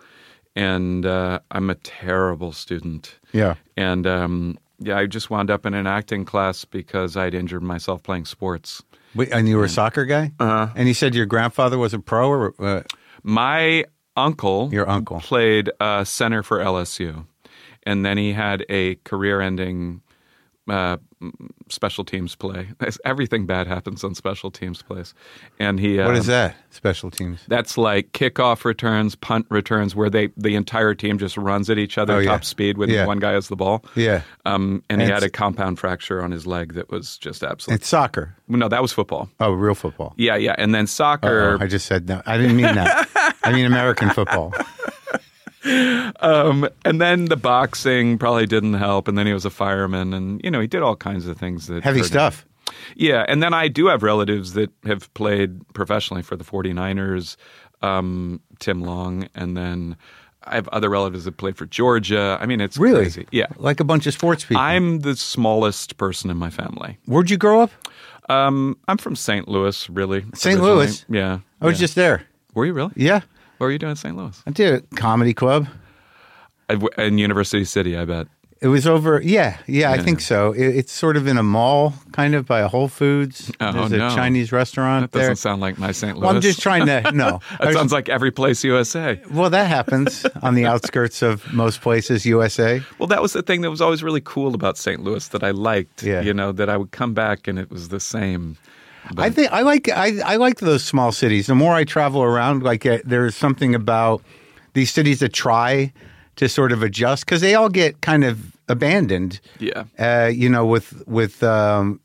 and uh, I'm a terrible student. Yeah. And um, yeah, I just wound up in an acting class because I'd injured myself playing sports. Wait, And you were a Mm. soccer guy, uh-huh. and you said your grandfather was a pro, or uh, My uncle, Your uncle. played uh, center for LSU, and then he had a career-ending uh, m- special teams play. That's- Everything bad happens on special teams plays, and he. what um, is that? Special teams. That's like kickoff returns, punt returns, where they the entire team just runs at each other Oh, yeah. top speed with Yeah. one guy has the ball. Yeah. Um, and, he And had a it's- compound fracture on his leg that was just absolute. It's soccer. No, that was football. Oh, real football. Yeah, yeah. And then soccer. Oh, I just said no. I didn't mean that. I mean American football. Um, and then the boxing probably didn't help. And then he was a fireman, and you know he did all kinds of things that Heavy hurt him. stuff. Yeah, and then I do have relatives that have played professionally for the 49ers, um, Tim Long, and then I have other relatives that played for Georgia. I mean, it's Really? crazy. Yeah, Like a bunch of sports people. I'm the smallest person in my family. Where'd you grow up? Um, I'm from St. Louis, really. St. originally. Louis? Yeah. I was yeah. just there. Were you really? Yeah. What were you doing in St. Louis? I did a comedy club. I w- In University City, I bet. It was over. Yeah. Yeah, I think so. It, it's sort of in a mall, kind of by a Whole Foods. Oh, There's a no. Chinese restaurant That doesn't there. sound like my St. Louis. well, I'm just trying to. No. I that was- sounds like every place USA. well, that happens on the outskirts of most places, USA. Well, that was the thing that was always really cool about St. Louis that I liked. Yeah. You know, that I would come back and it was the same. But I think I like I, I like those small cities. The more I travel around, like uh, there's something about these cities that try to sort of adjust because they all get kind of abandoned. Yeah. uh, you know, with with um,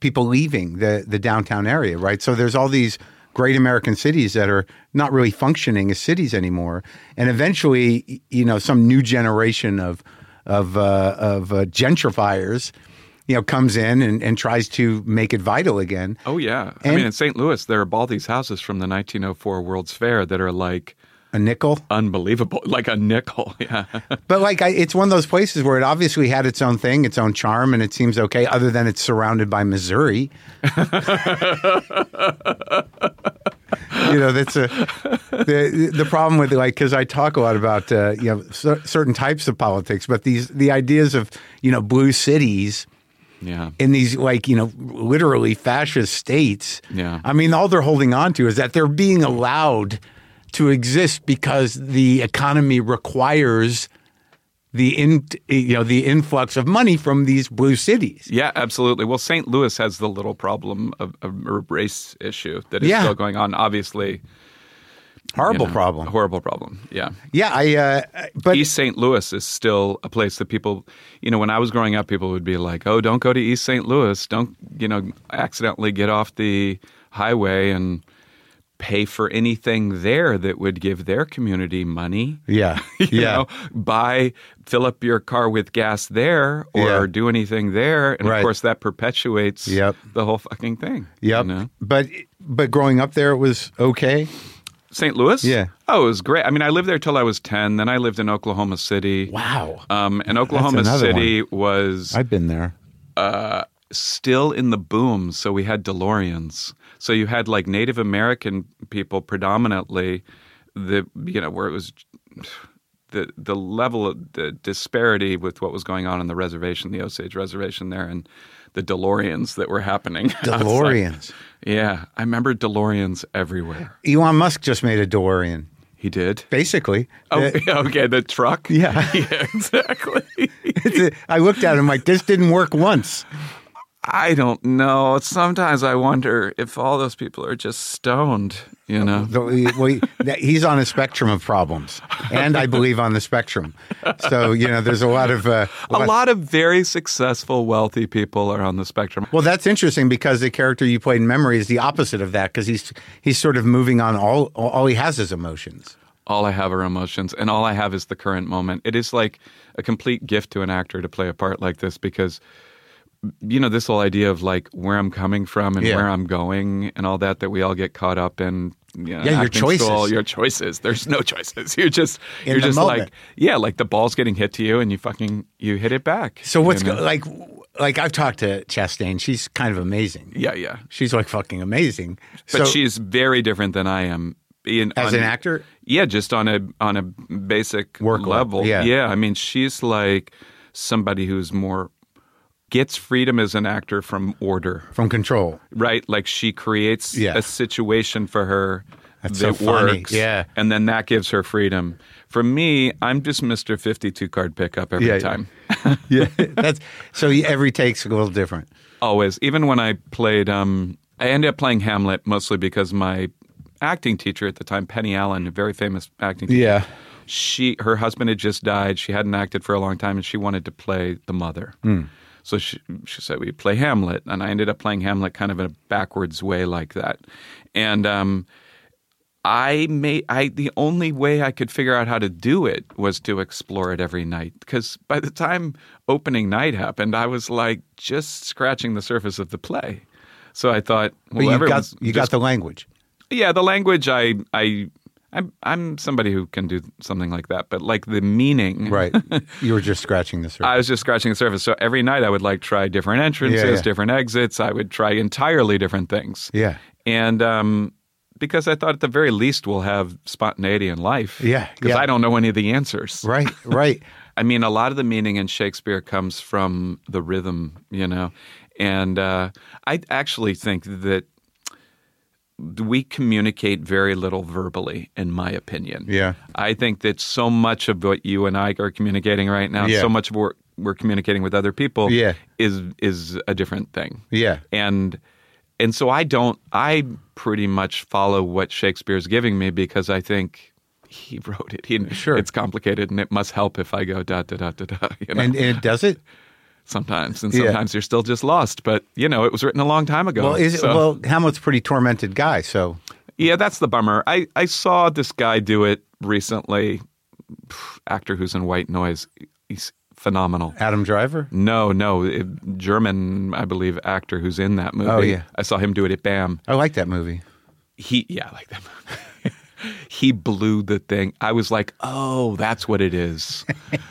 people leaving the the downtown area, right? So there's all these great American cities that are not really functioning as cities anymore, and eventually, y- you know, some new generation of of uh, of uh, gentrifiers, you know, comes in and, and tries to make it vital again. oh, yeah. I And- mean, in St. Louis, there are all these houses from the 1904 World's Fair that are like A nickel, unbelievable, like a nickel. Yeah. but like I, it's one of those places where it obviously had its own thing, its own charm, and it seems okay. Other than it's surrounded by Missouri. you know that's a the the problem with like because I talk a lot about uh, you know cer- certain types of politics, but these the ideas of you know blue cities Yeah. in these like you know literally fascist states Yeah. i mean all they're holding on to is that they're being allowed to exist because the economy requires the in you know the influx of money from these blue cities Yeah, absolutely. Well, St. Louis has the little problem of, of a race issue that is Yeah. still going on. Obviously, you horrible know, problem Horrible problem. Yeah. yeah i uh but East St. Louis is still a place that people, you know, when I was growing up, people would be like, "Oh, don't go to East St. Louis. Don't, you know, accidentally get off the highway and pay for anything there that would give their community money." yeah You yeah know, buy, fill up your car with gas there, or Yeah. do anything there, and Right. of course that perpetuates Yep. the whole fucking thing. you yep know? but but growing up there it was okay St. Louis. Yeah. Oh, it was great. I mean, I lived there till I was ten. Then I lived in Oklahoma City. wow Um, and Oklahoma another City was i've been there still in the boom, so we had DeLoreans. So you had like Native American people predominantly, the you know where it was the the level of the disparity with what was going on in the reservation, the Osage Reservation there, and the DeLoreans that were happening. I was like- deloreans yeah, I remember DeLoreans everywhere. elon musk just made a delorean He did. basically Oh, Uh, okay, the truck. Yeah. yeah, exactly. It's a- I looked at him like this didn't work once. I don't know. Sometimes I wonder if all those people are just stoned, you know. So he- well, he- that- he's on a spectrum of problems, and I believe on the spectrum. So you know, there's a lot of uh, A lot of very successful, wealthy people are on the spectrum. Well, that's interesting because the character you played in Memory is the opposite of that because he's he's sort of moving on. All all he has is emotions. All I have are emotions, and all I have is the current moment. It is like a complete gift to an actor to play a part like this because, you know, this whole idea of like where I'm coming from and Yeah. where I'm going and all that that we all get caught up in. You know, Yeah, your acting choices. School, your choices. There's no choices. You're just In you're the just moment. like yeah, like the ball's getting hit to you, and you fucking you hit it back. So what's you know? go- like like I've talked to Chastain. She's kind of amazing. Yeah, yeah. She's like fucking amazing. But so, she's very different than I am. In, as on- an actor, Yeah, just on a on a basic Work level, level. yeah. I mean, she's like somebody who's more gets freedom as an actor from order, from Control. right? Like she creates Yeah. a situation for her That's so that funny, works, yeah. and then that gives her freedom. For me, I'm just Mister 52 card pickup every Yeah, yeah. time. Yeah, that's so. Every take's a little different. Always. Even when I played, um, I ended up playing Hamlet mostly because my acting teacher at the time, Penny Allen, a very famous acting teacher, Yeah. she her husband had just died. She hadn't acted for a long time, and she wanted to play the mother. Hmm. So she she said we play Hamlet, and I ended up playing Hamlet kind of in a backwards way like that, and um, I made I the only way I could figure out how to do it was to explore it every night because by the time opening night happened, I was like just scratching the surface of the play. So I thought, But well, you got everyone's you just got the language. yeah, the language I I I'm I'm somebody who can do something like that, but like the meaning. Right. you were just scratching the surface. I was just scratching the surface. So every night I would like try different entrances, Yeah, yeah. different exits. I would try entirely different things. yeah. And um because I thought at the very least we'll have spontaneity in life. Yeah, Because yeah. I don't know any of the answers. Right. Right. I mean, a lot of the meaning in Shakespeare comes from the rhythm, you know. And uh, I actually think that we communicate very little verbally, in my opinion. Yeah. I think that so much of what you and I are communicating right now, Yeah. so much of what we're communicating with other people, Yeah. is is a different thing Yeah. and and so I don't I pretty much follow what Shakespeare's giving me because I think he wrote it. He, Sure. it's complicated and it must help if I go da da da da da. You know, And, and it does it? sometimes and Yeah. sometimes you're still just lost. But you know, it was written a long time ago. Well, is it, so- well, Hamlet's a pretty tormented guy, so yeah, that's the bummer. I I saw this guy do it recently. Pff, Actor who's in White Noise. He's phenomenal. Adam Driver? No, no, it- German, I believe, actor who's in that movie. Oh, yeah. I saw him do it at BAM. I like that movie. he yeah I like that movie. he blew the thing i was like oh that's what it is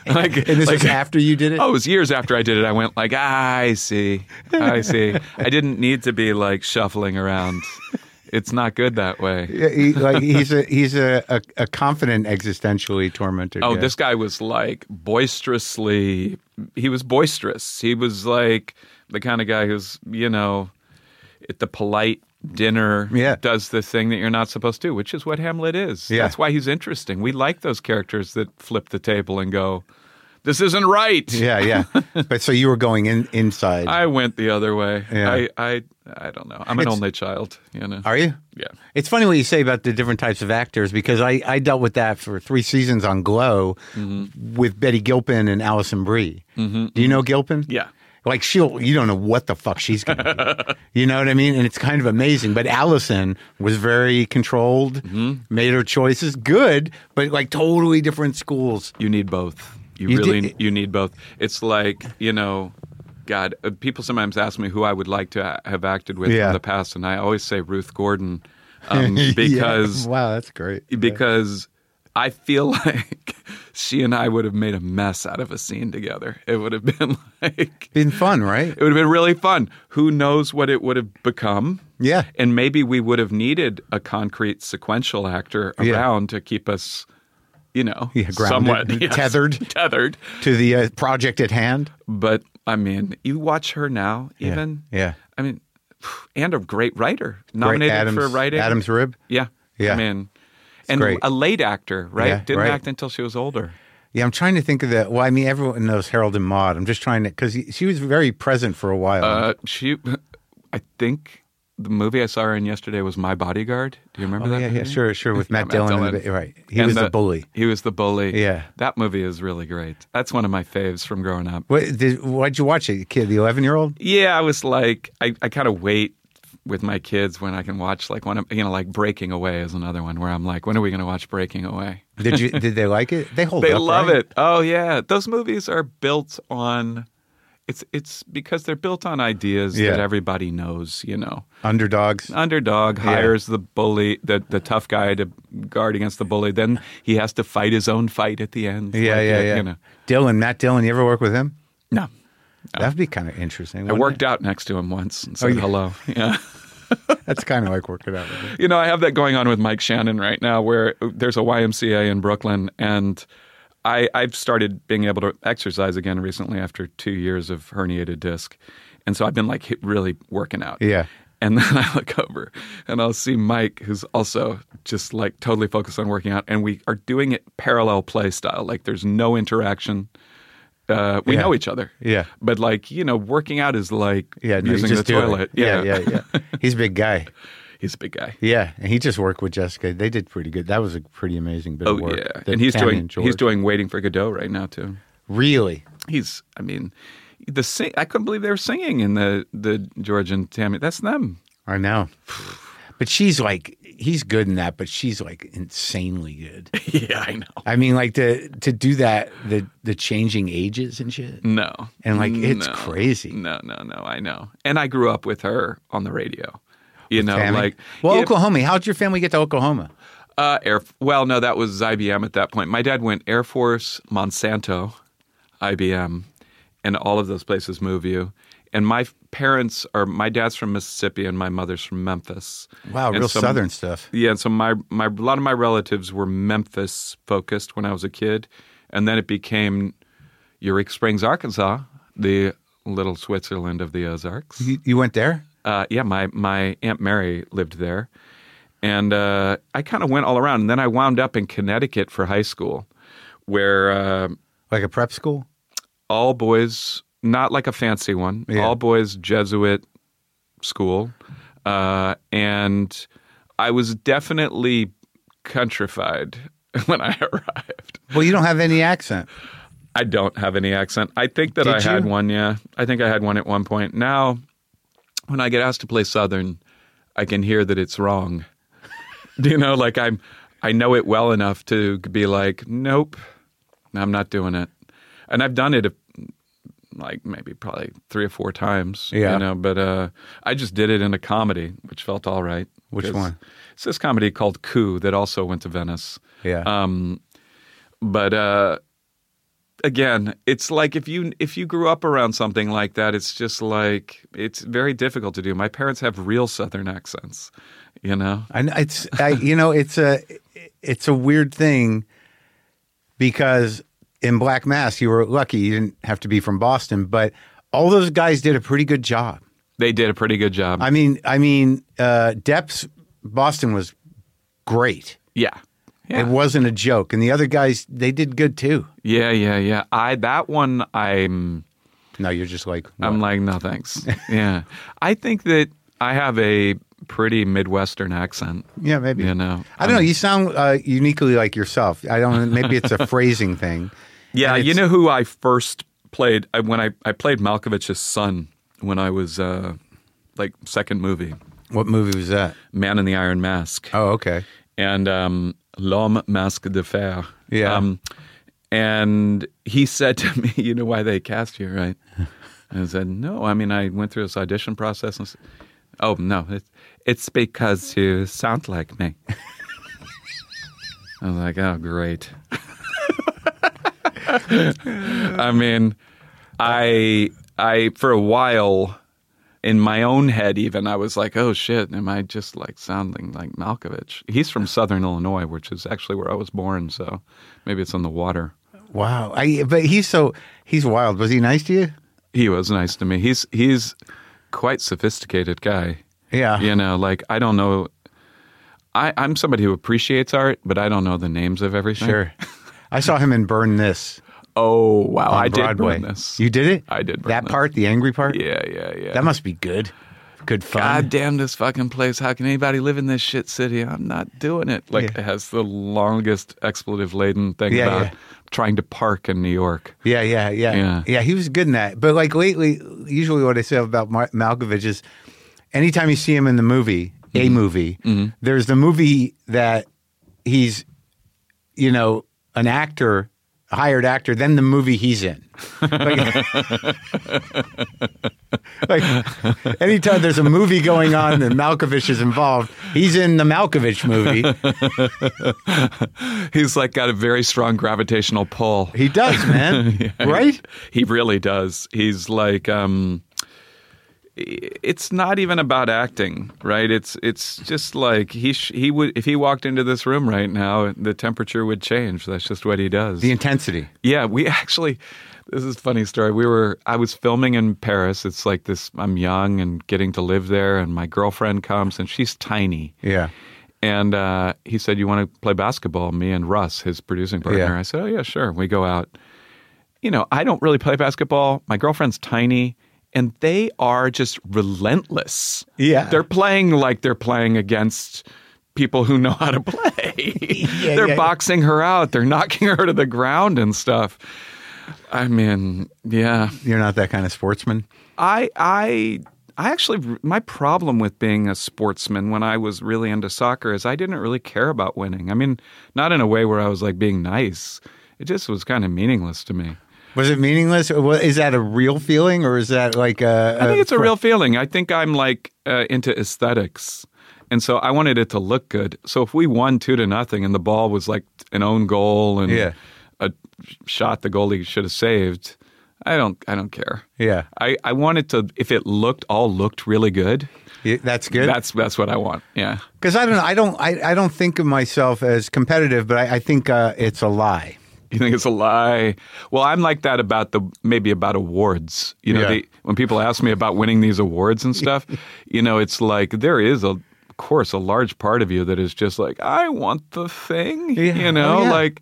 like And this like, was after you did it? oh it was years after i did it i went like i see i see i didn't need to be like shuffling around it's not good that way. Yeah, he- like he's a he's a, a, a confident existentially tormented. Oh, guy. this guy was like boisterously. He was boisterous. He was like the kind of guy who's you know at the polite dinner Yeah. does the thing that you're not supposed to, which is what Hamlet is. Yeah. That's why he's interesting. We like those characters that flip the table and go, "This isn't right." Yeah, yeah. but so you were going in inside. I went the other way. Yeah. I, I I don't know. I'm an It's- only child. You know. Are you? yeah. It's funny what you say about the different types of actors because I, I dealt with that for three seasons on Glow with Betty Gilpin and Allison Brie. Do you know Gilpin? Yeah. Like she'll, you don't know what the fuck she's gonna do. you know what I mean? And it's kind of amazing. But Allison was very controlled, Mm-hmm. made her choices, good, but like totally different schools. You need both. You, You really did- you need both. It's like you know, God. uh, People sometimes ask me who I would like to a- have acted with Yeah. in the past, and I always say Ruth Gordon um, because Yeah. wow, that's great. because I feel like she and I would have made a mess out of a scene together. It would have been like been fun, right? it would have been really fun. Who knows what it would have become? Yeah. And maybe we would have needed a concrete sequential actor Yeah. around to keep us, you know, Yeah, grounded, somewhat yes, tethered. tethered. To the uh, project at hand. But I mean, you watch her now, even. yeah. I mean, and a great writer, nominated Adams, for writing. Adams Rib. Yeah. Yeah. I mean, and great. a late actor, right? Yeah, Didn't right. act until she was older. Yeah, I'm trying to think of that. Well, I mean, everyone knows Harold and Maude. I'm just trying to because she was very present for a while. Uh, she, I think the movie I saw her in yesterday was My Bodyguard. Do you remember oh, that? yeah, yeah, movie? sure, sure. With Matt, Matt Dillon, and Dillon. the- right? He And was the, bully. He was the bully. Yeah. That movie is really great. That's one of my faves from growing up. What, did, why'd you watch it, kid? The 11 year old? Yeah, I was like, I, I kind of wait with my kids when I can watch like one of, you know, like Breaking Away is another one where I'm like, when are we going to watch Breaking Away? Did you? did they like it? They hold. They up, love right? it. Oh yeah, those movies are built on. It's it's because they're built on ideas Yeah. that everybody knows. You know, Underdogs. underdog hires the bully, the the tough guy to guard against the bully. Then he has to fight his own fight at the end. yeah, Like, yeah, yeah. You know, Dillon, Matt Dillon. You ever work with him? no. That'd be kind of interesting. I wouldn't worked out next to him once and said Oh, yeah. hello. Yeah. it? That's kind of like working out. With him. You know, I have that going on with Mike Shannon right now, where there's a YMCA in Brooklyn, and I, I've started being able to exercise again recently after two years of herniated disc, and so I've been like hit, really working out. Yeah. And then I look over and I'll see Mike, who's also just like totally focused on working out, and we are doing it parallel play style. Like there's no interaction. Uh, we Yeah. know each other. Yeah. But like you know, working out is like Yeah, no, you using just the do it. toilet. yeah, yeah. yeah. He's a big guy. He's a big guy. Yeah, and he just worked with Jessica. They did pretty good. That was a pretty amazing bit Oh of work. yeah, that and he's Tammy doing and George- he's doing waiting for Godot right now too. really. He's I mean, the sing, I couldn't believe they were singing in the the George and Tammy. That's them. I know. But she's like, he's good in that, but she's like insanely good. yeah, I know. I mean, like to to do that, the the changing ages and shit, No, and like it's No. crazy. No, no, no. I know. And I grew up with her on the radio. You know, Tammy. like well, yeah, Oklahoma. How'd your family get to Oklahoma? uh, Air. Well, no, that was IBM at that point. My dad went Air Force, Monsanto, IBM, and all of those places move you. And my f- parents are my dad's from Mississippi and my mother's from Memphis. Wow, And real so- southern stuff. Yeah, and so my my a lot of my relatives were Memphis focused when I was a kid, and then it became Eureka Springs, Arkansas, the little Switzerland of the Ozarks. You, you went there? Uh, yeah, my my aunt Mary lived there, and uh, I kind of went all around, and then I wound up in Connecticut for high school, where. Uh, Like a prep school? all boys, not like a fancy one, Yeah. all boys Jesuit school. Uh, and I was definitely countrified when I arrived. Well, you don't have any accent. I don't have any accent. I think that Did I had you? one, yeah. I think I had one at one point. Now, when I get asked to play Southern, I can hear that it's wrong. Do you know, like I'm, I know it well enough to be like, nope, I'm not doing it. And I've done it a, like maybe probably three or four times. Yeah. You know, but uh, I just did it in a comedy, which felt all right. Which 'Cause one? It's this comedy called Uh, Coup that also went to Venice Yeah. but uh again, it's like if you if you grew up around something like that, it's just like it's very difficult to do. My parents have real Southern accents, you know. And it's I, you know it's a it's a weird thing because in Black Mass you were lucky you didn't have to be from Boston, but all those guys did a pretty good job. They did a pretty good job. I mean, I mean, uh, Depp's Boston was great. yeah. Yeah. It wasn't a joke, and the other guys they did good too. yeah, yeah, yeah. I that one I'm No, you're just like I'm like no thanks. yeah. I think that I have a pretty Midwestern accent. yeah, maybe. You know. I don't know. You sound uh, uniquely like yourself. I don't. Maybe it's a phrasing thing. Yeah, And you it's- know who I first played I, when I, I played Malkovich's son when I was uh, like second movie, What movie was that? Man in the Iron Mask, Oh, okay. and um, L'homme masque de fer. Yeah. Um, and he said to me, "You know why they cast you, right?" And I said, "No, I mean I went through this audition process." And s oh no, it's, it's because you sound like me. I was like, "Oh, great." I mean, I I for a while in my own head even I was like, "Oh shit, am I just like sounding like Malkovich?" He's from Southern Illinois, which is actually where I was born, so maybe it's on the water. Wow. I but he's so he's wild. Was he nice to you? He was nice to me. He's he's quite sophisticated guy. Yeah. You know, like I don't know I, I'm somebody who appreciates art, but I don't know the names of everything. Sure. I saw him in Burn This. Oh wow, on I Broadway. did burn this. You did it? I did burn that this. part, the angry part? Yeah, yeah, yeah. That must be good. Good fun. God damn this fucking place. How can anybody live in this shit city? I'm not doing it. Like, Yeah. it has the longest expletive laden thing Yeah, about yeah. trying to park in New York. Yeah, yeah, yeah, Yeah. he was good in that. But like lately, usually what I say about Mar- Malkovich is anytime you see him in the movie, a movie, there's the movie that he's, you know, an actor, a hired actor, then the movie he's in. Like, like anytime there's a movie going on and Malkovich is involved, he's in the Malkovich movie. He's like got a very strong gravitational pull. He does, man. Right? He really does. He's like, um, it's not even about acting, right? It's it's just like he sh- he would if he walked into this room right now, the temperature would change. That's just what he does. The intensity. Yeah, we actually. This is a funny story. We were I was filming in Paris. It's like this. I'm young and getting to live there, and my girlfriend comes, and she's tiny. Yeah. And uh, he said, "You want to play basketball?" Me and Russ, his producing partner. Yeah. I said, "Oh yeah, sure." We go out. You know, I don't really play basketball. My girlfriend's tiny, and they are just relentless. Yeah. they're playing like they're playing against people who know how to play. Yeah, they're yeah. boxing her out. They're knocking her to the ground and stuff. I mean, yeah. You're not that kind of sportsman. I I I actually my problem with being a sportsman when I was really into soccer is I didn't really care about winning. I mean, not in a way where I was like being nice. It just was kind of meaningless to me. Was it meaningless? Or wa- Is that a real feeling, or is that like a? I think it's a real feeling. I think I'm like uh, into aesthetics. And so I wanted it to look good. So if we won two to nothing and the ball was like an own goal and Yeah. a shot the goalie should have saved, I don't I don't care. yeah. I, I wanted to if it looked all looked really good, Yeah, That's good. That's that's what I want. Yeah. Because I don't know. I don't. I, I don't think of myself as competitive, but I, I think uh, it's a lie. You think it's a lie? Well, I'm like that about the maybe about awards. You know, Yeah. they, when people ask me about winning these awards and stuff, you know, it's like there is a of course a large part of you that is just like I want the thing. Yeah. You know, Oh, yeah. like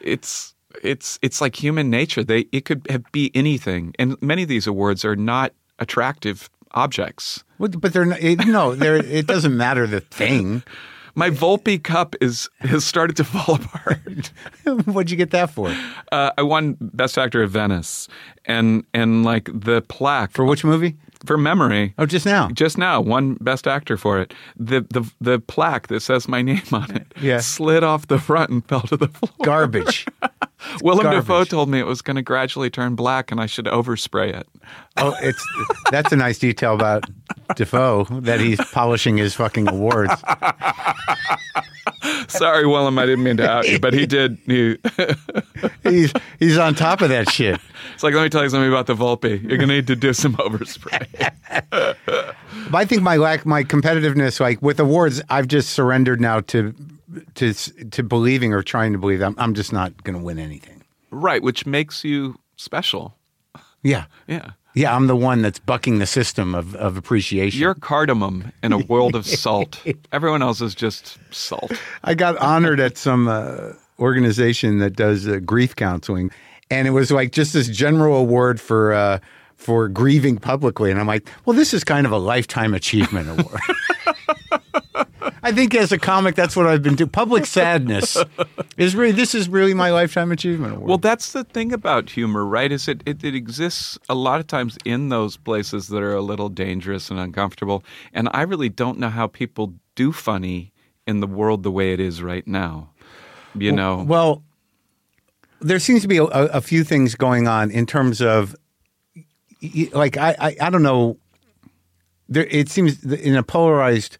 it's it's it's like human nature. They it could have, be anything, and many of these awards are not attractive objects. What- But they're not, it, no. They're, it doesn't matter the thing. My Volpe cup is has started to fall apart. What'd you get that for? uh, I won Best Actor at Venice, and and like the plaque For for, which movie? memory. Oh, just now. Just now, won Best Actor for it. The the the plaque that says my name on it Yeah. slid off the front and fell to the floor. Garbage. Willem garbage. Dafoe told me it was going to gradually turn black and I should overspray it. Oh, it's that's a nice detail about Defoe that he's polishing his fucking awards. Sorry, Willem, I didn't mean to out you, but he did. He, He's He's on top of that shit. It's like, let me tell you something about the Volpe. You're going to need to do some overspray. But I think my lack, my competitiveness, like with awards, I've just surrendered now to to to believing or trying to believe. I'm I'm just not going to win anything. right, which makes you special. Yeah, Yeah. yeah. I'm the one that's bucking the system of of appreciation. You're cardamom in a world of salt. Everyone else is just salt. I got honored at some uh, organization that does uh, grief counseling, and it was like just this general award for uh, for grieving publicly. And I'm like, well, this is kind of a lifetime achievement award. I think as a comic, that's what I've been doing. Public sadness is really this is really my lifetime achievement award. Well, that's the thing about humor, right? Is it, it it exists a lot of times in those places that are a little dangerous and uncomfortable. And I really don't know how people do funny in the world the way it is right now. You know, Well, there seems to be a, a few things going on in terms of, y- y- like, I, I, I don't know. There, it seems that in a polarized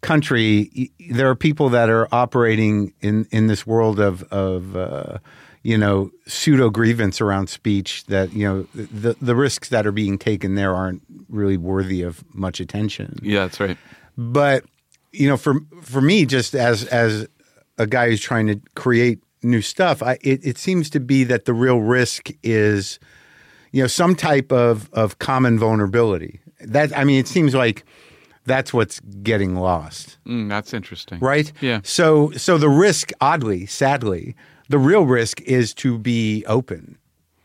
country, y- y- there are people that are operating in, in this world of, of uh, you know, pseudo grievance around speech that, you know, the, the risks that are being taken there aren't really worthy of much attention yeah, that's right. but you know for for me just as as a guy who's trying to create new stuff I, it, it seems to be that the real risk is you know some type of of common vulnerability that i mean it seems like that's what's getting lost Mm, that's interesting. right Yeah. so so the risk oddly sadly the real risk is to be open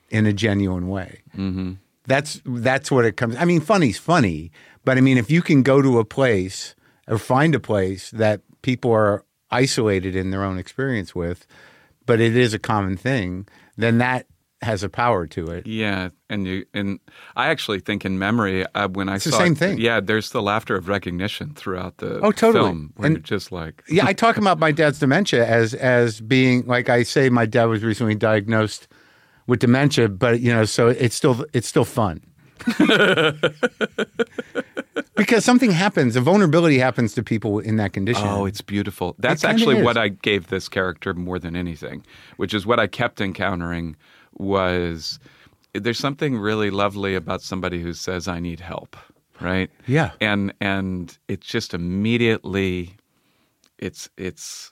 in a genuine way Mm-hmm. that's that's what it comes. I mean, funny's funny, but I mean, if you can go to a place or find a place that people are isolated in their own experience with, but it is a common thing, then that has a power to it. Yeah, and you and I actually think in memory uh, when I the saw same it, thing. Yeah, there's the laughter of recognition throughout the Oh, totally. film where And- you're just like Yeah, I talk about my dad's dementia as as being like I say, my dad was recently diagnosed with dementia, but you know, so it's still it's still fun. because something happens, a vulnerability happens to people in that condition. Oh, it's beautiful. That's kinda actually is. what I gave this character more than anything, which is what I kept encountering was there's something really lovely about somebody who says I need help, right? Yeah. And and it's just immediately it's it's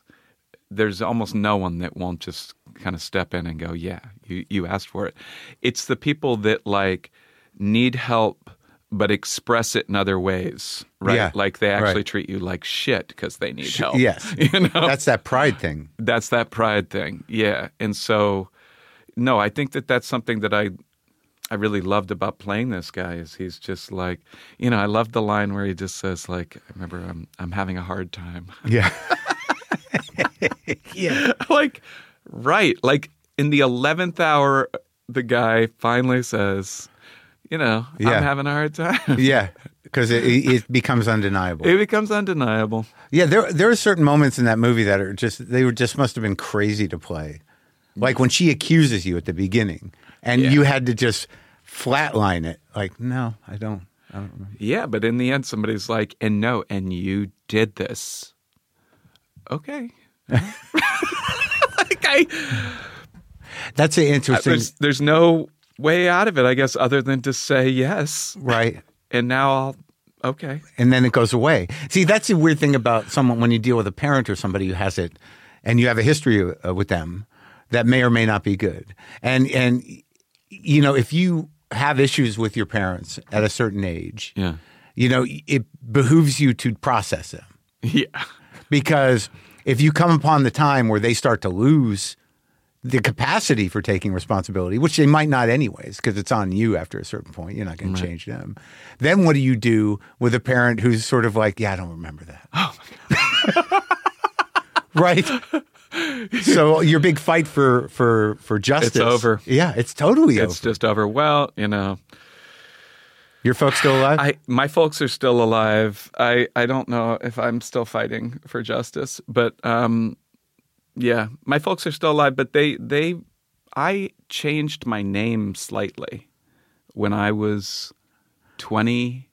there's almost no one that won't just kind of step in and go, "Yeah, you you asked for it." It's the people that like need help but express it in other ways, right? Yeah. Like they Right. actually treat you like shit because they need help. yes. You know, That's that pride thing. that's that pride thing. Yeah. And so, no, I think that that's something that I, I really loved about playing this guy is he's just like, you know, I love the line where he just says like, I remember I'm, I'm having a hard time. Yeah. yeah. like, right. Like in the 11th hour, the guy finally says, you know, Yeah. I'm having a hard time. Yeah. Because it, it becomes undeniable. It becomes undeniable. yeah, there there are certain moments in that movie that are just they were just must have been crazy to play, like when she accuses you at the beginning, and Yeah. you had to just flatline it. Like, no, I don't. I don't remember. Yeah, but in the end, somebody's like, and no, and you did this. Okay. like I, That's an interesting, there's, there's no way out of it, I guess, other than to say yes. right? And now I'll, okay. and then it goes away. See, that's the weird thing about someone when you deal with a parent or somebody who has it, and you have a history uh, with them that may or may not be good. And and you know, if you have issues with your parents at a certain age, Yeah. you know, it behooves you to process them Yeah. because if you come upon the time where they start to lose the capacity for taking responsibility, which they might not anyways, because it's on you after a certain point. You're not going to change them. Then what do you do with a parent who's sort of like, yeah, I don't remember that. Oh my God. right? So your big fight for for for justice. over. Yeah, it's totally It's over. just over. Well, you know, Your folks still alive? I my folks are still alive. I, I don't know if I'm still fighting for justice, but um, yeah, my folks are still alive. But they they I changed my name slightly when I was twenty.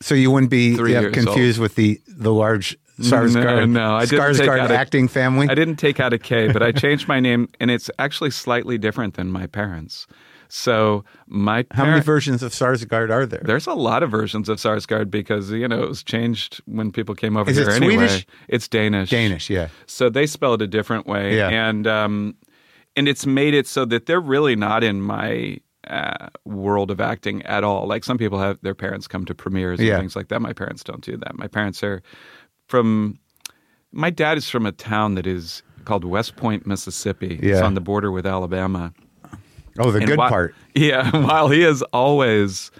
so you wouldn't be Three yeah, years confused with the the large Sarsgaard. no, I didn't take Skarsgård out a- acting family. I didn't take out a K, but I changed my name, and it's actually slightly different than my parents. So my How many parent- versions of Sarsgaard are there? There's a lot of versions of Sarsgaard because you know it was changed when people came over Is here it anyway. Swedish? It's Danish. Danish, yeah. So they spell it a different way, Yeah. and um, and it's made it so that they're really not in my uh, world of acting at all. Like some people have their parents come to premieres Yeah. and things like that. My parents don't do that. My parents are from. My dad is from a town that is called West Point, Mississippi. It's Yeah. on the border with Alabama. Oh, the And good whi- part. Yeah, while he has always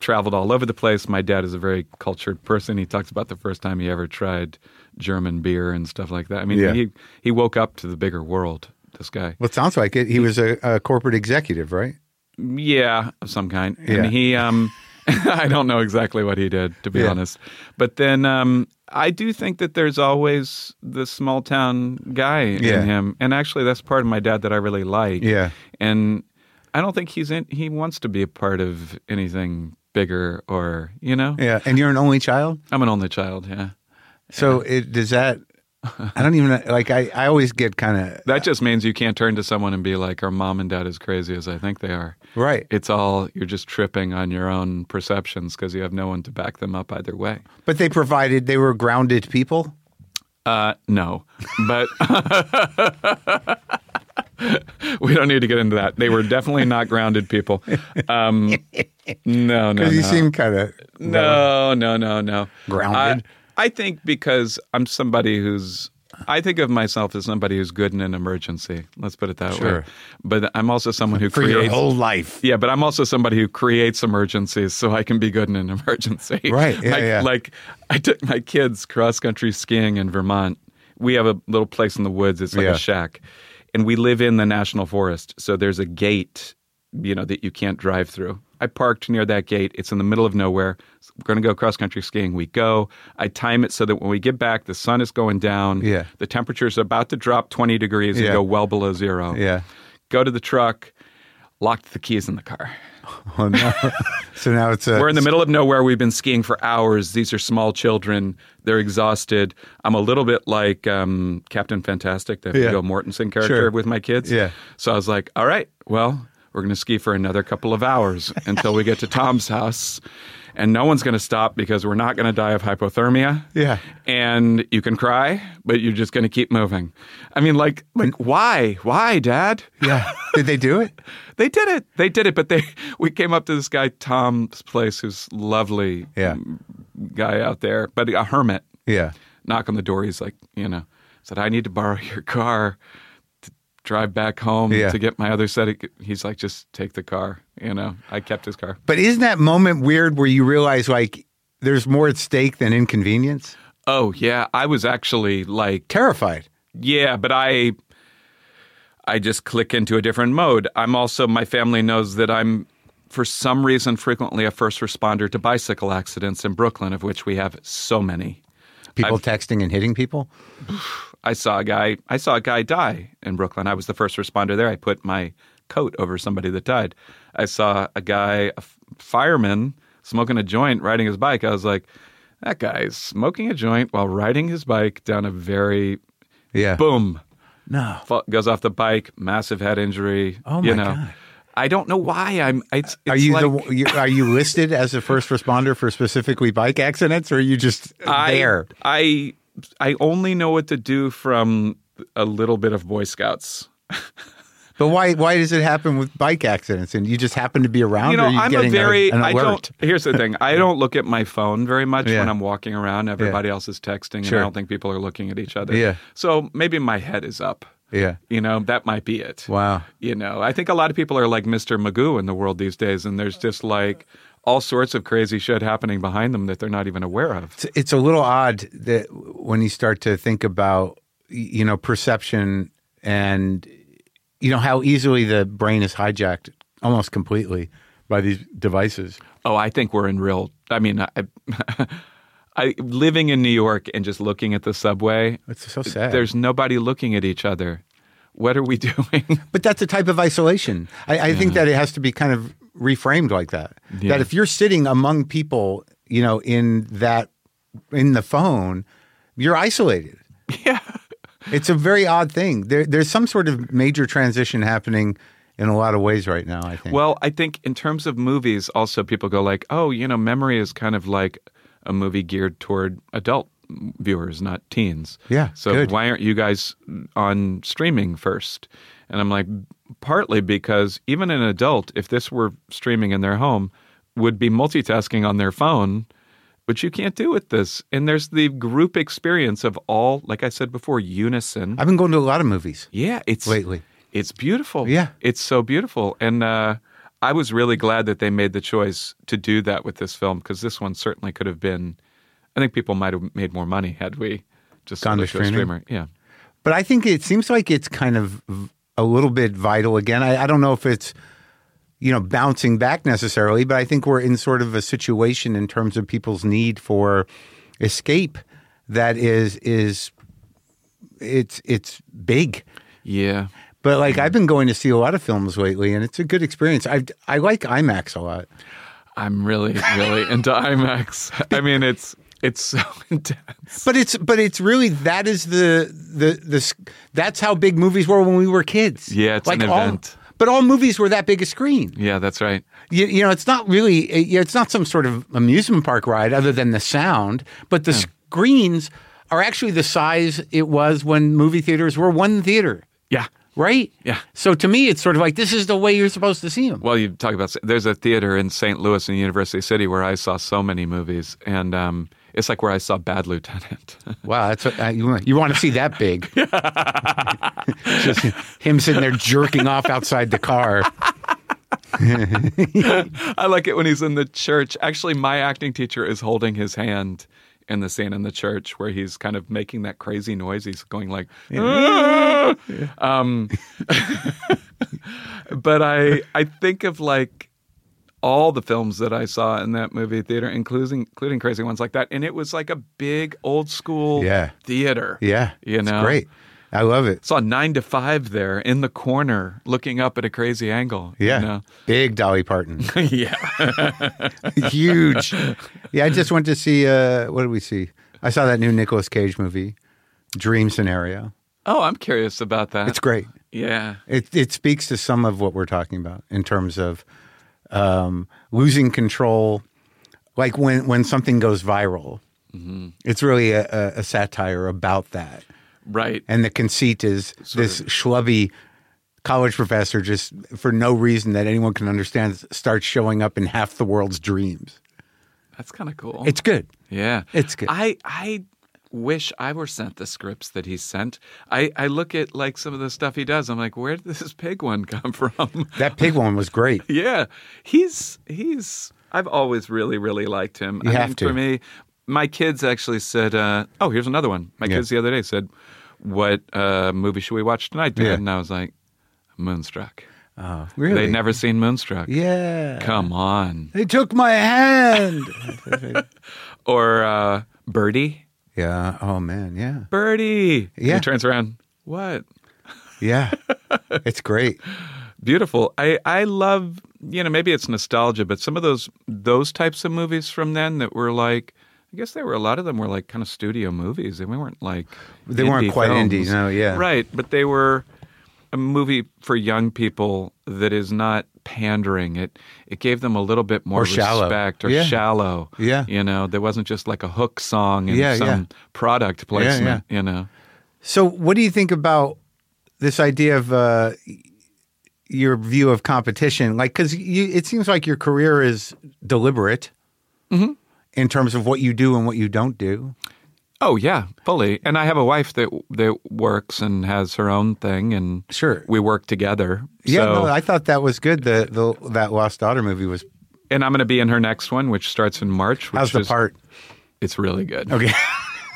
traveled all over the place, my dad is a very cultured person. He talks about the first time he ever tried German beer and stuff like that. I mean, Yeah. he he woke up to the bigger world. This guy, Well, it sounds like it. He was a, a corporate executive, right? yeah, of some kind. Yeah. And he, um, I don't know exactly what he did to be Yeah. honest. But then um, I do think that there's always the small town guy Yeah. in him, and actually that's part of my dad that I really like. Yeah. and I don't think he's in. He wants to be a part of anything bigger, or you know, Yeah. And you're an only child? I'm an only child. Yeah, So it does that. I don't even like. I, I always get kind of that just means you can't turn to someone and be like, "Our mom and dad is crazy as I think they are." right, It's all you're just tripping on your own perceptions because you have no one to back them up either way. but they provided they were grounded people. Uh, no, but we don't need to get into that. They were definitely not grounded people. Um, no, no, no. Because you seem kind of No, no, no, no. Grounded? I, I think because I'm somebody who's. I think of myself as somebody who's good in an emergency. Let's put it that Sure. way. But I'm also someone who for creates. your whole life. yeah, but I'm also somebody who creates emergencies, so I can be good in an emergency. Right, yeah, like, yeah. like I took my kids cross country skiing in Vermont. We have a little place in the woods. It's like Yeah. a shack, and we live in the national forest. So there's a gate, you know, that you can't drive through. I parked near that gate. It's in the middle of nowhere. So we're going to go cross country skiing. We go. I time it so that when we get back, the sun is going down. Yeah. The temperature's about to drop 20 degrees Yeah. and go well below zero. Yeah. Go to the truck, locked the keys in the car. Oh, no. so now it's a, We're in the middle of nowhere. We've been skiing for hours. These are small children. They're exhausted. I'm a little bit like um, Captain Fantastic, the Yeah. Viggo Mortensen character Sure. with my kids. Yeah. So I was like, all right, well, we're going to ski for another couple of hours until we get to Tom's house. And no one's going to stop because we're not going to die of hypothermia. Yeah. And you can cry, but you're just going to keep moving. I mean, like, like why? Why, Dad? yeah. Did they do it? They did it. They did it. But they we came up to this guy Tom's place, who's lovely Yeah. guy out there, but a hermit. Yeah. Knock on the door. He's like, you know, said I need to borrow your car to drive back home Yeah. to get my other set. Of, he's like, just take the car. You know, I kept his car. But isn't that moment weird where you realize like there's more at stake than inconvenience? Oh yeah, I was actually like Terrified. Yeah, but I I just click into a different mode. I'm also my family knows that I'm for some reason frequently a first responder to bicycle accidents in Brooklyn, of which we have so many. People texting and hitting people. I saw a guy I saw a guy die in Brooklyn. I was the first responder there. I put my coat over somebody that died. I saw a guy, a f- fireman, smoking a joint riding his bike. I was like, that guy's smoking a joint while riding his bike down a very Yeah. boom. No. fall, goes off the bike, massive head injury. Oh, you my know. God. I don't know why I'm. It's, it's Are you like, the the you- are you listed as a first responder for specifically bike accidents, or are you just I, there? I I only know what to do from a little bit of Boy Scouts. But why why does it happen with bike accidents? And you just happen to be around? You or know, are you I'm a getting very. a, an I alert? don't. Here's the thing. I don't look at my phone very much Yeah. when I'm walking around. Everybody else is texting, and Sure. I don't think people are looking at each other. Yeah. So maybe my head is up. Yeah. You know, that might be it. Wow. You know, I think a lot of people are like Mr. Magoo in the world these days, and there's just like all sorts of crazy shit happening behind them that they're not even aware of. It's, it's a little odd that when you start to think about y- you know perception and you know how easily the brain is hijacked almost completely by these devices. Oh, I think we're in real. I mean, I, I living in New York and just looking at the subway. It's so sad. There's nobody looking at each other. What are we doing? But that's a type of isolation. I, I think that it has to be kind of reframed like that. Yeah. That if you're sitting among people, you know, in that in the phone, you're isolated. Yeah. It's a very odd thing. There, there's some sort of major transition happening in a lot of ways right now. I think. Well, I think in terms of movies, also people go like, oh, you know, memory is kind of like a movie geared toward adult viewers, not teens. Yeah, So good. why aren't you guys on streaming first? And I'm like, partly because even an adult, if this were streaming in their home, would be multitasking on their phone, which you can't do with this. And there's the group experience of all, like I said before, unison. I've been going to a lot of movies. Yeah, it's Lately. It's beautiful. Yeah. it's so beautiful, and uh, I was really glad that they made the choice to do that with this film because this one certainly could have been. I think people might have made more money had we just Gone to looked at a streaming? streamer. Yeah, But I think it seems like it's kind of v- a little bit vital again. I, I don't know if it's, you know, bouncing back necessarily, but I think we're in sort of a situation in terms of people's need for escape that is is it's it's big. yeah, But like I've been going to see a lot of films lately, and it's a good experience. I I like IMAX a lot. I'm really, really into IMAX. I mean, it's it's so intense. But it's but it's really that is the the the s- that's how big movies were when we were kids. Yeah, it's an all- event. but all movies were that big a screen. Yeah, that's right. You, you know, it's not really. it- It's not some sort of amusement park ride, other than the sound. But the screens are actually the size it was when movie theaters were one theater, Yeah. right? Yeah. So to me, it's sort of like this is the way you're supposed to see them. Well, you talk about there's a theater in St. Louis in University City where I saw so many movies, and um, it's like where I saw Bad Lieutenant. Wow, that's what, uh, you, want, you want to see that big. Just him sitting there jerking off outside the car. I like it when he's in the church. Actually, my acting teacher is holding his hand in the scene in the church where he's kind of making that crazy noise. He's going like, "Ah!" um, but I I think of like all the films that I saw in that movie theater, including including crazy ones like that, and it was like a big old school Yeah. theater. Yeah. you it's know, great. I love it. Saw nine to five there in the corner, looking up at a crazy angle. you Yeah. know? Big Dolly Parton. yeah. Huge. Yeah, I just went to see uh what did we see? I saw that new Nicolas Cage movie, Dream Scenario. Oh, I'm curious about that. It's great. Yeah. It it speaks to some of what we're talking about in terms of um, losing control, like when when something goes viral. Mm-hmm. It's really a, a, a satire about that, Right. and the conceit is this schlubby college professor just for no reason that anyone can understand starts showing up in half the world's dreams. That's kind of cool. It's good. yeah. it's good. I I wish I were sent the scripts that he sent. I I look at like some of the stuff he does. I'm like, where did this pig one come from? That pig one was great. yeah. He's he's I've always really really liked him. You I have mean, to. for me my kids actually said, uh, "Oh, here's another one." My Yeah. kids the other day said, "What uh, movie should we watch tonight?" Dad? Yeah. And I was like, "Moonstruck." Oh, really? They'd never seen Moonstruck. Yeah. Come on. They took my hand. Or uh, Birdie. yeah. Oh man. Yeah. Birdie. Yeah. He turns around. What? Yeah. It's great. Beautiful. I, I love, you know, maybe it's nostalgia, but some of those those types of movies from then that were like I guess there were a lot of them were like kind of studio movies. They weren't like They weren't indie quite films. indies, no, yeah. Right. But they were a movie for young people that is not pandering. It it gave them a little bit more Or shallow. respect or Yeah. shallow. Yeah. You know, there wasn't just like a hook song and Yeah, some yeah. product placement, you know. So, what do you think about this idea of uh, your view of competition? Like, because it seems like your career is deliberate Mm-hmm. in terms of what you do and what you don't do. Oh yeah, fully. And I have a wife that that works and has her own thing, and Sure. we work together. Yeah, So- no, I thought that was good. The, the that Lost Daughter movie was. and I'm going to be in her next one, which starts in March. Which How's the is- part? It's really good. Okay.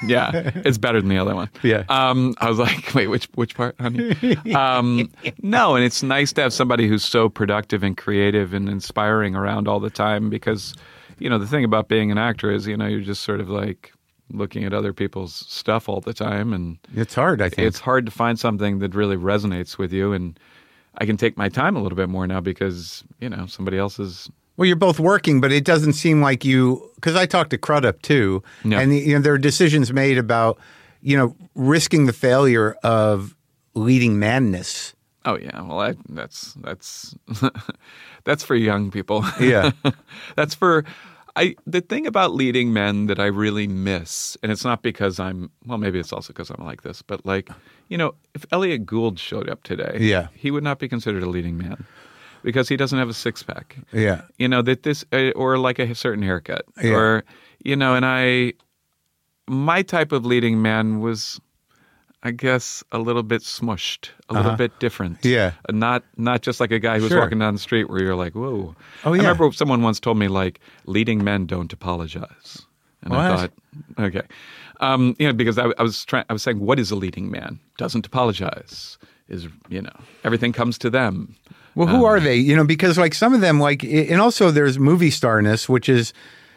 Yeah, it's better than the other one. Yeah. Um, I was like, wait, which which part, honey? Um, no, and it's nice to have somebody who's so productive and creative and inspiring around all the time because, you know, the thing about being an actor is, you know, you're just sort of like looking at other people's stuff all the time and. it's hard. I think. it's hard to find something that really resonates with you and i can take my time a little bit more now because you know somebody else is Well, you're both working, but it doesn't seem like you. Because I talked to Crudup too, Yeah. and you know there are decisions made about you know, risking the failure of leading madness. Oh yeah, well I, that's that's that's for young people. Yeah. that's for I the thing about leading men that I really miss, and it's not because I'm well, maybe it's also because I'm like this, but like you know, if Elliot Gould showed up today, Yeah. he would not be considered a leading man because he doesn't have a six pack. Yeah. you know that this uh, or like a certain haircut Yeah. or you know and i my type of leading man was i guess a little bit smushed a little bit different Uh-huh. Uh, Yeah. not not just like a guy who's Sure. walking down the street where you're like whoa Oh, yeah. i remember someone once told me like leading men don't apologize and i What? thought okay um, you know because i, I was trying i was saying what is a leading man doesn't apologize is you know everything comes to them Well, who Um, are they? You know, because like some of them, like, i- and also there's movie starness, which is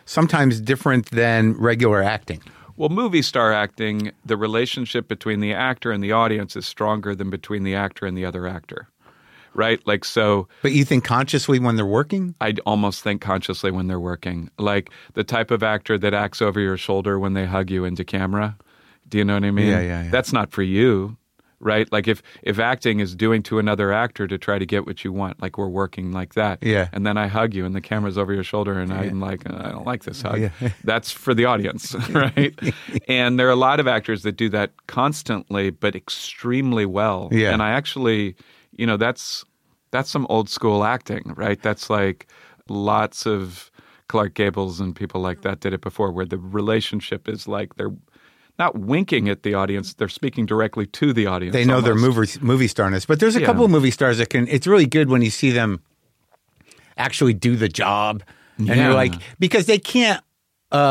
sometimes different than regular acting. Well, movie star acting, the relationship between the actor and the audience is stronger than between the actor and the other actor, right? Like, so But you think consciously when they're working? I almost think consciously when they're working, like the type of actor that acts over your shoulder when they hug you into camera. Do you know what I mean? Yeah, yeah, yeah. That's not for you, right? Like, if if acting is doing to another actor to try to get what you want, like we're working like that, Yeah. And then I hug you, and the camera's over your shoulder, and I'm like, I don't like this hug. Yeah. That's for the audience, right? and there are a lot of actors that do that constantly, but extremely well. Yeah. And I actually, you know, that's that's some old school acting, right? That's like lots of Clark Gables and people like that did it before, where the relationship is like they're not winking at the audience; they're speaking directly to the audience. They know almost. their movie movie starness, but there's a Yeah. couple of movie stars that can. It's really good when you see them actually do the job, and Yeah. you're like because they can't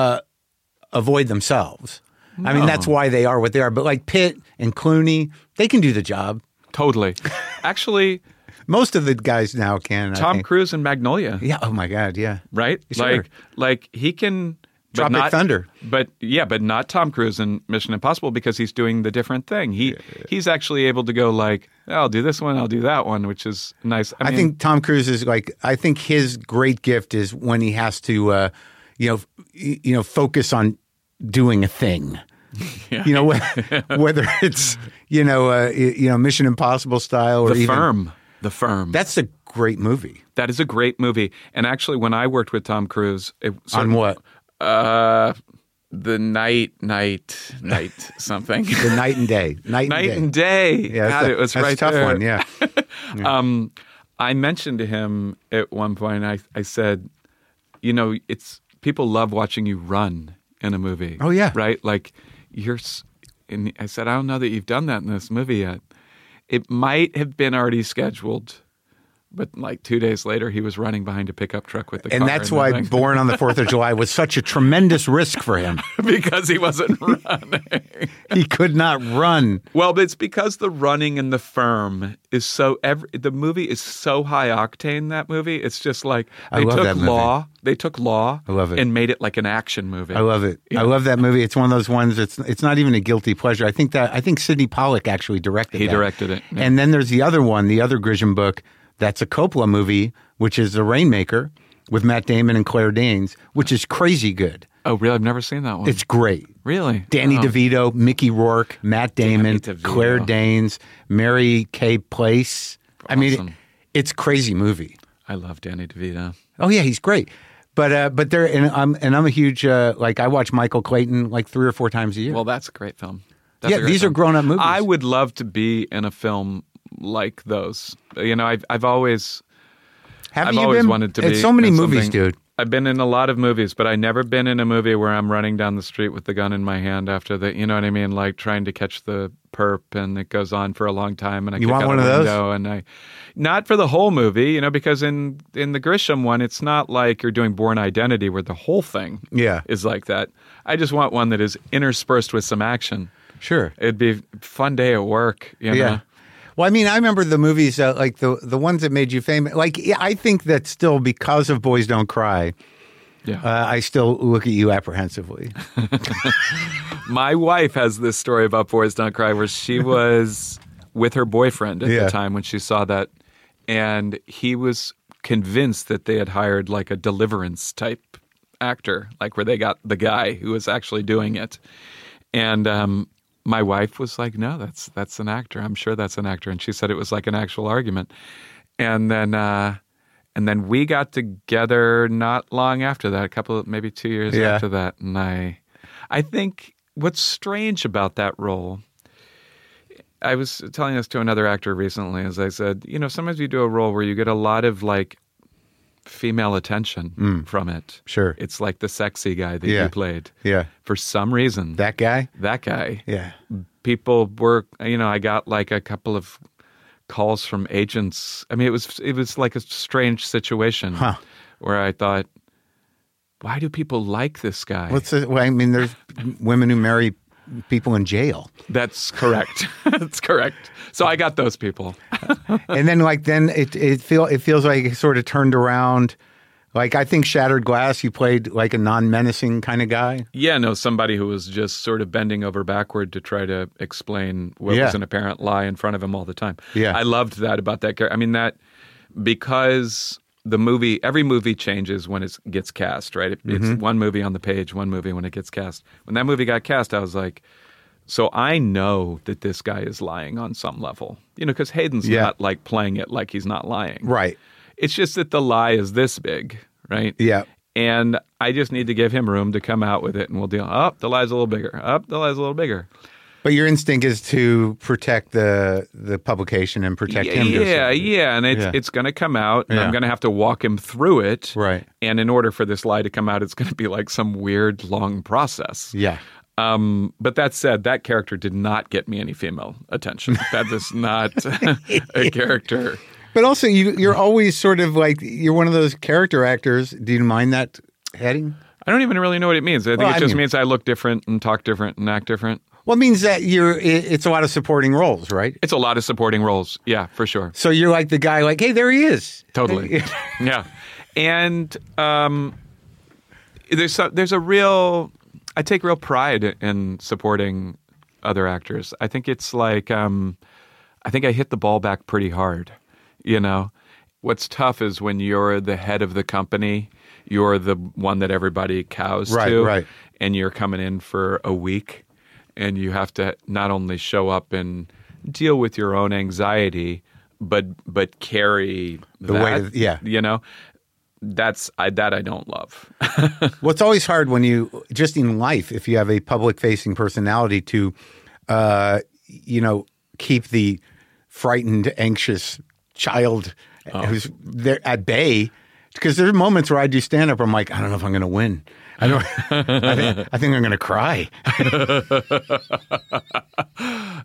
uh, avoid themselves. I mean, that's why they are what they are. But like Pitt and Clooney, they can do the job. totally. Actually, Most of the guys now can. I Tom think. Cruise and Magnolia. Yeah. Oh my God. Yeah. right? Sure. Like like he can but Tropic not, Thunder. But yeah, but not Tom Cruise in Mission Impossible because he's doing the different thing. He he's actually able to go like, "Oh, I'll do this one, I'll do that one, which is nice. I, I, mean, think Tom Cruise is like. I think his great gift is when he has to, uh, you know, f- y- you know, focus on doing a thing. You know, wh- whether it's you know, uh, y- you know, Mission Impossible style or the even firm. The firm. that's a great movie. that is a great movie. And actually when I worked with Tom Cruise, it On what uh the night, night, night something. the night and day, night, night and and day. day. that's God, a- it was that's a right tough there. one. Yeah, Um, I mentioned to him at one point. I I said, you know, it's people love watching you run in a movie. Oh, yeah. right. Like you're. s- And I said, I don't know that you've done that in this movie yet. It might have been already scheduled, but like two days later, he was running behind a pickup truck with the and car that's the why thing. Born on the Fourth of July was such a tremendous risk for him. because he wasn't running. He could not run. Well, but it's because the running and the firm is so every the movie is so high octane that movie. It's just like I they love took that movie. law, they took law I love it. and made it like an action movie. I love it. I love that movie. It's one of those ones. It's it's not even a guilty pleasure. I think that I think Sidney Pollack actually directed. He that. directed it, yeah. And then there's the other one, the other Grisham book. That's a Coppola movie, which is The Rainmaker with Matt Damon and Claire Danes, which is crazy good. Oh, really? I've never seen that one. It's great. really Danny Oh. DeVito, Mickey Rourke, Matt Damon, DeVito. Claire Danes, Mary Kay Place. I mean, it- Awesome. it's crazy movie. I love Danny DeVito. Oh yeah, he's great. But uh, but there and I'm and I'm a huge uh, like I watch Michael Clayton like three or four times a year. Well, that's a great film. That's Yeah, a great these are film. grown-up movies. I would love to be in a film like those. You know, I've I've always Haven't I've you always been wanted to at be so many in movies, something- dude? I've been in a lot of movies, but I never been in a movie where I'm running down the street with the gun in my hand after the, you know what I mean, like trying to catch the perp, and it goes on for a long time. And I You kick want out one a of those? window, and I, not for the whole movie, you know, because in in the Grisham one, it's not like you're doing Born Identity where the whole thing Yeah. is like that. I just want one that is interspersed with some action. Sure. It'd be a fun day at work. You Yeah. know? Well, I mean, I remember the movies uh, like the the ones that made you famous. Like, yeah, I think that still because of Boys Don't Cry, Yeah. uh, I still look at you apprehensively. My wife has this story about Boys Don't Cry where she was with her boyfriend at Yeah. the time when she saw that, and he was convinced that they had hired like a deliverance type actor, like where they got the guy who was actually doing it. And um, my wife was like, "No, that's that's an actor. I'm sure that's an actor." And she said it was like an actual argument. And then uh, and then we got together not long after that, a couple of maybe 2 years Yeah. after that. And I I think what's strange about that role I was telling this to another actor recently as I said, you know, sometimes you do a role where you get a lot of like female attention from it. Sure. It's like the sexy guy that Mm. Yeah. you played. yeah. For some reason, That guy? that guy Yeah. people were you know i got like a couple of calls from agents i mean it was it was like a strange situation Huh. where i thought why do people like this guy What's the, well, I mean, there's women who marry people in jail. that's correct that's correct so i got those people and then like then it it feel it feels like it sort of turned around. Like I think Shattered Glass, you played like a non-menacing kind of guy. yeah no somebody who was just sort of bending over backward to try to explain what Yeah. was an apparent lie in front of him all the time Yeah. i loved that about that character i mean that because the movie every movie changes when it gets cast right it, Mm-hmm. it's one movie on the page one movie when it gets cast when that movie got cast i was like so i know that this guy is lying on some level you know because hayden's Yeah. not like playing it like he's not lying Right. it's just that the lie is this big right Yeah. and i just need to give him room to come out with it and we'll deal up the lie's a little bigger up the lie's a little bigger But your instinct is to protect the the publication and protect him. to a yeah, certain- yeah, and it's Yeah. it's going to come out, and Yeah. I'm going to have to walk him through it. Right. And in order for this lie to come out, it's going to be like some weird long process. Yeah. Um, but that said, that character did not get me any female attention. That is not a character. But also, you you're always sort of like you're one of those character actors. Do you mind that heading? I don't even really know what it means. I think Well, it I just mean- means I look different and talk different and act different. Well, it means that you're. It, it's a lot of supporting roles, right? It's a lot of supporting roles. Yeah, for sure. So you're like the guy, like, hey, there he is. Totally. yeah. And um, there's a, there's a real I take real pride in supporting other actors. I think it's like um, I think I hit the ball back pretty hard, you know. What's tough is when you're the head of the company, you're the one that everybody cows Right, to right. and you're coming in for a week and you have to not only show up and deal with your own anxiety but but carry the weight of- yeah. you know that's I, that I don't love Well, it's always hard when you just in life, if you have a public-facing personality, to uh, you know keep the frightened, anxious child who's there at bay. Because there are moments where I do stand up, I'm like, I don't know if I'm going to win. I don't. I, think, I think I'm going to cry.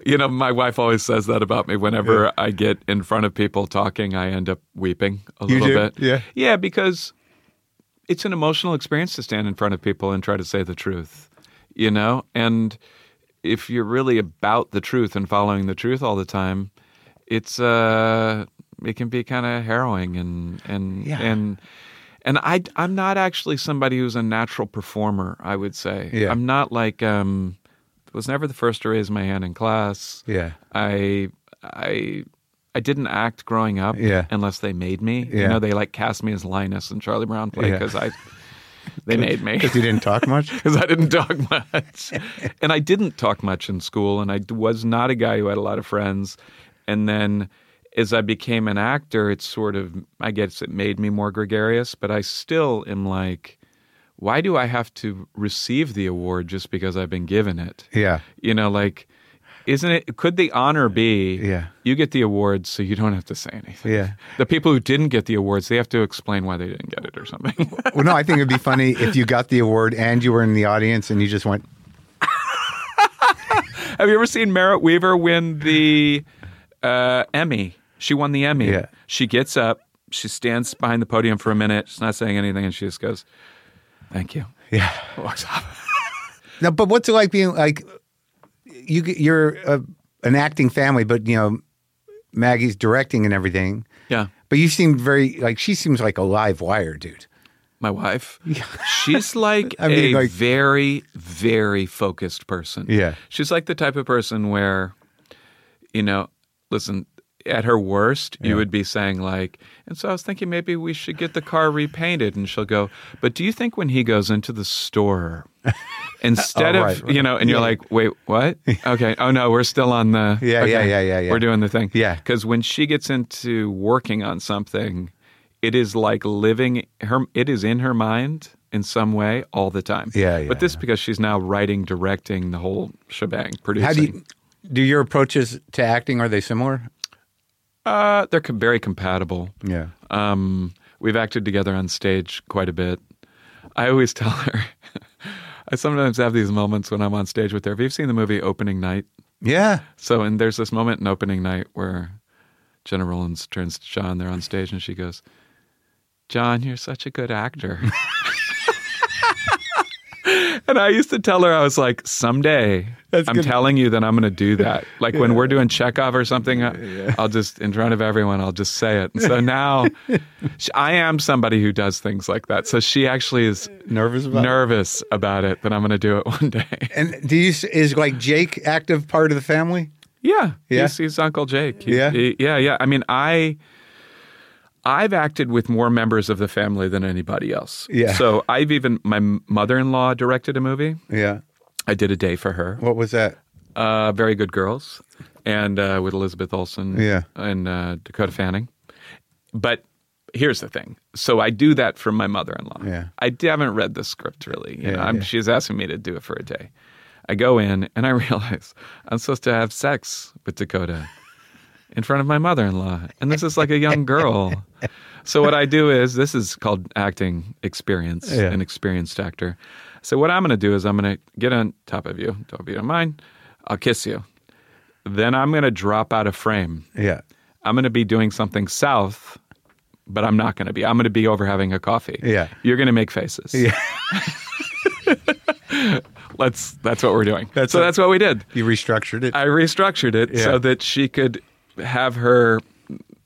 you know my wife always says that about me whenever I get in front of people talking I end up weeping a You little do? bit Yeah. yeah because it's an emotional experience to stand in front of people and try to say the truth you know and if you're really about the truth and following the truth all the time it's uh it can be kind of harrowing and and Yeah. and and I I'm not actually somebody who's a natural performer I would say Yeah. I'm not like um was never the first to raise my hand in class Yeah. I I I didn't act growing up Yeah. unless they made me Yeah. you know they like cast me as Linus and Charlie Brown play Yeah. because I they made me Because you didn't talk much. because I didn't talk much. and I didn't talk much in school, and I d- was not a guy who had a lot of friends. And then as I became an actor, it sort of, I guess it made me more gregarious, but I still am like, why do I have to receive the award just because I've been given it? Yeah. You know, like, isn't it? Could the honor be? Yeah. You get the award, so you don't have to say anything. Yeah. The people who didn't get the awards, they have to explain why they didn't get it or something. Well, no, I think it'd be funny if you got the award and you were in the audience and you just went, Have you ever seen Merritt Weaver win the uh, Emmy? She won the Emmy. Yeah. She gets up, she stands behind the podium for a minute, she's not saying anything, and she just goes, Thank you. yeah. Walks off. Now, but what's it like being like you? You're a, an acting family, but you know Maggie's directing and everything. Yeah. But you seem very like she seems like a live wire, dude. My wife. She's like I a mean, like- very, very focused person. Yeah. She's like the type of person where, you know, listen, at her worst, you would be saying like, and so I was thinking maybe we should get the car repainted, and she'll go, but do you think when he goes into the store, instead Oh, of right, right. you know, and you're like, wait, what? Okay, oh no, we're still on the Yeah, yeah, okay, yeah, yeah, yeah. we're doing the thing, Yeah. because when she gets into working on something, it is like living her, it is in her mind in some way all the time, Yeah, yeah, But this because she's now writing, directing the whole shebang, producing. How do you do your approaches to acting are they similar? Uh, they're com- very compatible. Yeah. Um, we've acted together on stage quite a bit. I always tell her. I sometimes have these moments when I'm on stage with her. Have you seen the movie Opening Night? Yeah. So, and there's this moment in Opening Night where Jenna Rollins turns to John. They're on stage, and she goes, "John, you're such a good actor." and I used to tell her, I was like, "Someday, That's I'm good. telling you that I'm going to do that. Like when we're doing Chekhov or something, I- I'll just in front of everyone, I'll just say it." And so now, sh- I am somebody who does things like that. So she actually is Nervous about nervous about it that I'm going to do it one day. And do you is like Jake active part of the family? Yeah, Yeah? He's, he's Uncle Jake. He- Yeah? he- yeah, yeah. I mean, I I've acted with more members of the family than anybody else. Yeah. So I've even my mother-in-law directed a movie. Yeah. I did a day for her. What was that? Uh, Very Good Girls, and uh, with Elizabeth Olsen. Yeah. and uh, Dakota Fanning. But here's the thing. So I do that for my mother-in-law. Yeah. I d- haven't read the script really. You Yeah, know, I'm, yeah. She's asking me to do it for a day. I go in and I realize I'm supposed to have sex with Dakota in front of my mother-in-law, and this is like a young girl. So what I do is this is called acting experience, Yeah. an experienced actor. So what I'm going to do is I'm going to get on top of you. Don't be on mine. I'll kiss you. Then I'm going to drop out of frame. Yeah. I'm going to be doing something south, but I'm not going to be. I'm going to be over having a coffee. Yeah. You're going to make faces. Yeah. Let's that's what we're doing. That's so it. that's what we did. You restructured it. I restructured it Yeah. so that she could have her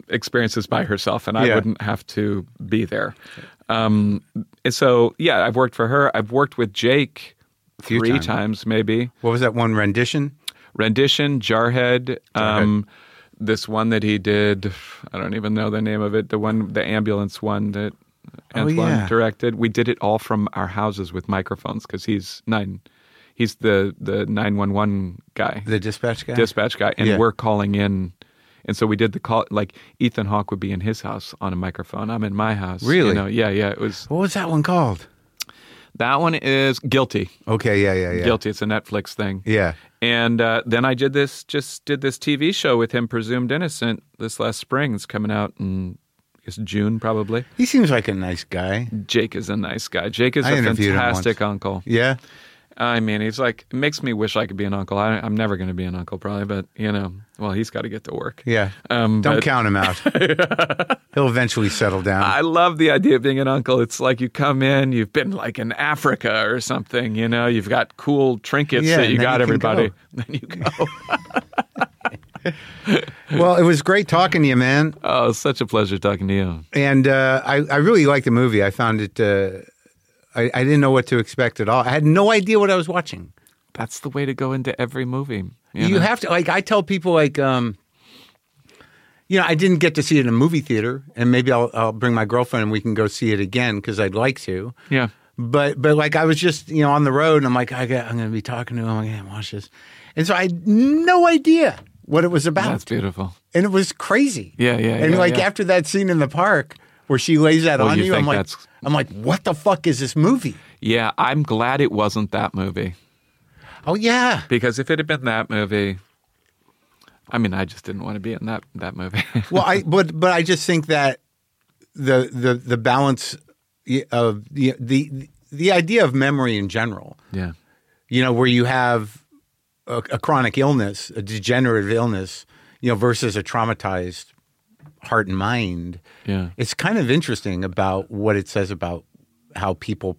experiences by herself and I Yeah. wouldn't have to be there. Um, and so yeah, I've worked for her. I've worked with Jake Few three times. times maybe. what was that one rendition? rendition jarhead, um this one that he did i don't even know the name of it the one the ambulance one that antoine Oh, yeah. directed we did it all from our houses with microphones because he's nine he's the the 911 guy The dispatch guy? dispatch guy and Yeah. we're calling in and so we did the call like ethan hawke would be in his house on a microphone i'm in my house you Really? know? yeah yeah it was what was that one called? that one is guilty Okay, yeah, yeah, yeah. guilty it's a netflix thing Yeah. and uh, then I did this, just did this TV show with him, Presumed Innocent, this last spring. It's coming out in I guess June probably. He seems like a nice guy. Jake is a nice guy. Jake is I a interviewed him fantastic uncle. Yeah. I mean, he's like it makes me wish I could be an uncle. I, I'm never going to be an uncle probably, but you know, well, he's got to get to work. Yeah. Um, Don't but count him out. He'll eventually settle down. I love the idea of being an uncle. It's like you come in, you've been like in Africa or something, you know, you've got cool trinkets Yeah, that you and got then you can everybody. go. Then you go. well, it was great talking to you, man. Oh, it's such a pleasure talking to you. and uh, I, I really liked the movie. I found it. Uh, I, I didn't know what to expect at all. I had no idea what I was watching. that's the way to go into every movie. You, know? have to like. I tell people like, um, you know, I didn't get to see it in a movie theater, and maybe I'll, I'll bring my girlfriend and we can go see it again because I'd like to. yeah, But but like I was just you know on the road, and I'm like, I got, I'm going to be talking to him. I can't watch this, and so I had no idea what it was about. that's beautiful. and it was crazy. Yeah, yeah, And yeah, like yeah. after that scene in the park where she lays that Well, on you you, I'm think like, that's- I'm like, what the fuck is this movie? Yeah, I'm glad it wasn't that movie Oh yeah, because if it had been that movie, I mean, I just didn't want to be in that that movie. well, I but but I just think that the the the balance of the the the idea of memory in general, yeah, you know, where you have a, a chronic illness, a degenerative illness, you know, versus a traumatized heart and mind. yeah, It's kind of interesting about what it says about how people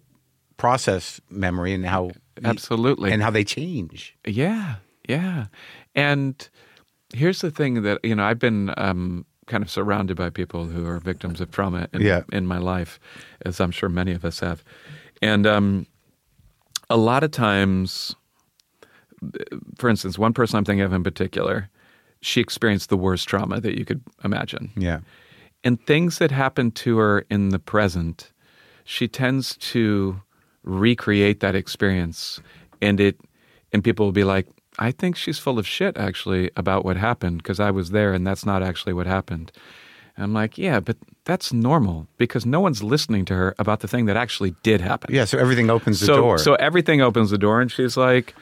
process memory and how absolutely. and how they change. Yeah, yeah. And here's the thing that you know I've been um, kind of surrounded by people who are victims of trauma in, Yeah. in my life, as I'm sure many of us have, and um, a lot of times, for instance, one person I'm thinking of in particular. she experienced the worst trauma that you could imagine. Yeah. And things that happen to her in the present, she tends to recreate that experience and it and people will be like, I think she's full of shit actually about what happened because I was there and that's not actually what happened. And I'm like, yeah, but that's normal because no one's listening to her about the thing that actually did happen. Yeah. So everything opens the so, door. So everything opens the door, and she's like,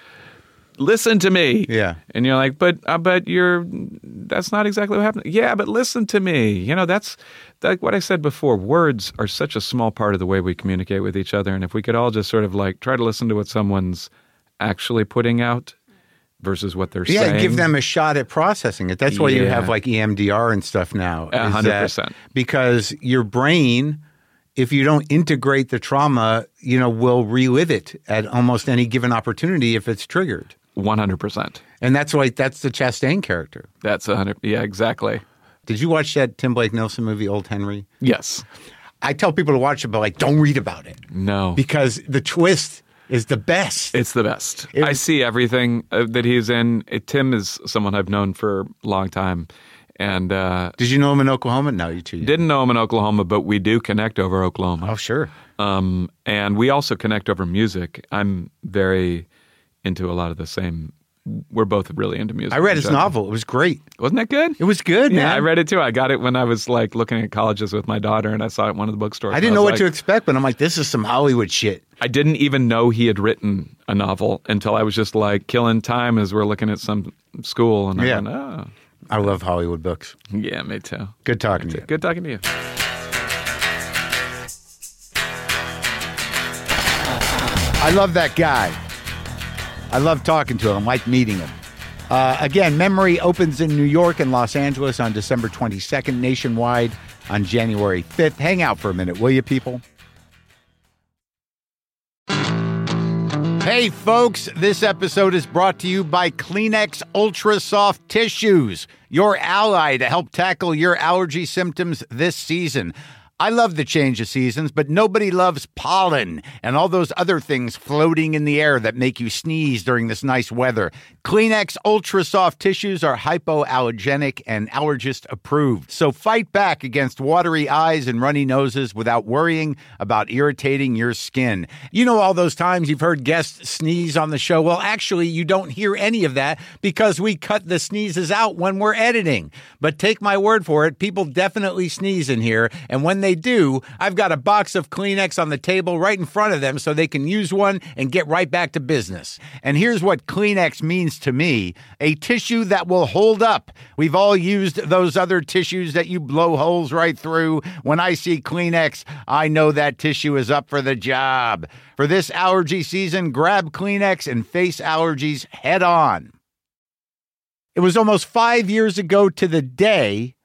"Listen to me." Yeah. And you're like, "But, uh, but you're, that's not exactly what happened." Yeah, but listen to me. You know, that's like what I said before. Words are such a small part of the way we communicate with each other, and if we could all just sort of like try to listen to what someone's actually putting out versus what they're yeah, saying. give them a shot at processing it. That's why you Yeah. have like E EMDR and stuff now. A is hundred that- percent. Because your brain, if you don't integrate the trauma, you know, will relive it at almost any given opportunity if it's triggered. one hundred percent. And that's why that's the Chastain character. That's a hundred. Yeah, exactly. Did you watch that Tim Blake Nelson movie, Old Henry? Yes. I tell people to watch it, but like, don't read about it No. because the twist is the best. It's the best. It- I see everything uh, that he's in. Uh, Tim is someone I've known for a long time, and uh, Did you know him in Oklahoma? No, you too. young. didn't know him in Oklahoma, but we do connect over Oh, Oklahoma. sure. Um, and we also connect over music. I'm very into a lot of the same. We're both really into music. I read in his general. novel. It was great. Wasn't that good? It was good, yeah, man. I read it too. I got it when I was like looking at colleges with my daughter, and I saw it at one of the bookstores. I and didn't know what was to like- expect, but I'm like, this is some Hollywood shit. I didn't even know he had written a novel until I was just like killing time as we're looking at some school, and Yeah. I went, oh. I love Hollywood books. Yeah, me too. Good talking to you. Good talking to you. I love that guy. I love talking to him. I like meeting him. Uh, again, Memory opens in New York and Los Angeles on December 22nd, nationwide on January 5th. Hang out for a minute, will you, people? Hey, folks, this episode is brought to you by Kleenex Ultra Soft Tissues, your ally to help tackle your allergy symptoms this season. I love the change of seasons, but nobody loves pollen and all those other things floating in the air that make you sneeze during this nice weather. Kleenex Ultra Soft Tissues are hypoallergenic and allergist approved. So fight back against watery eyes and runny noses without worrying about irritating your skin. You know, all those times you've heard guests sneeze on the show. Well, actually, you don't hear any of that because we cut the sneezes out when we're editing. But take my word for it, people definitely sneeze in here. And when they do, I've got a box of Kleenex on the table right in front of them so they can use one and get right back to business. And here's what Kleenex means to me a tissue that will hold up. We've all used those other tissues that you blow holes right through. When I see Kleenex, I know that tissue is up for the job. For this allergy season, grab Kleenex and face allergies head on. It was almost five years ago to the day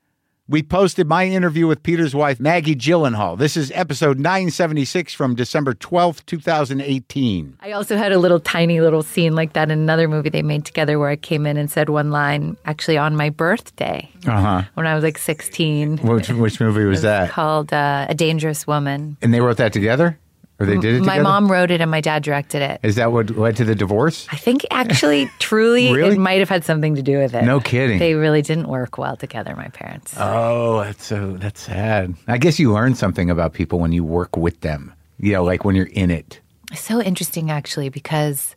we posted my interview with Peter's wife, Maggie Gyllenhaal. This is episode 976 from December 12th, 2018. I also had a little tiny little scene like that in another movie they made together where I came in and said one line actually on my birthday Uh huh. when I was like 16 Which, which movie was that? called uh, A Dangerous Woman. And they wrote that together? Or they did it My together? mom wrote it and my dad directed it. Is that what led to the divorce? I think actually, truly, Really? it might have had something to do with it. No kidding. They really didn't work well together, my parents. Oh, that's so that's sad. I guess you learn something about people when you work with them. You know, like when you're in it. It's so interesting, actually, because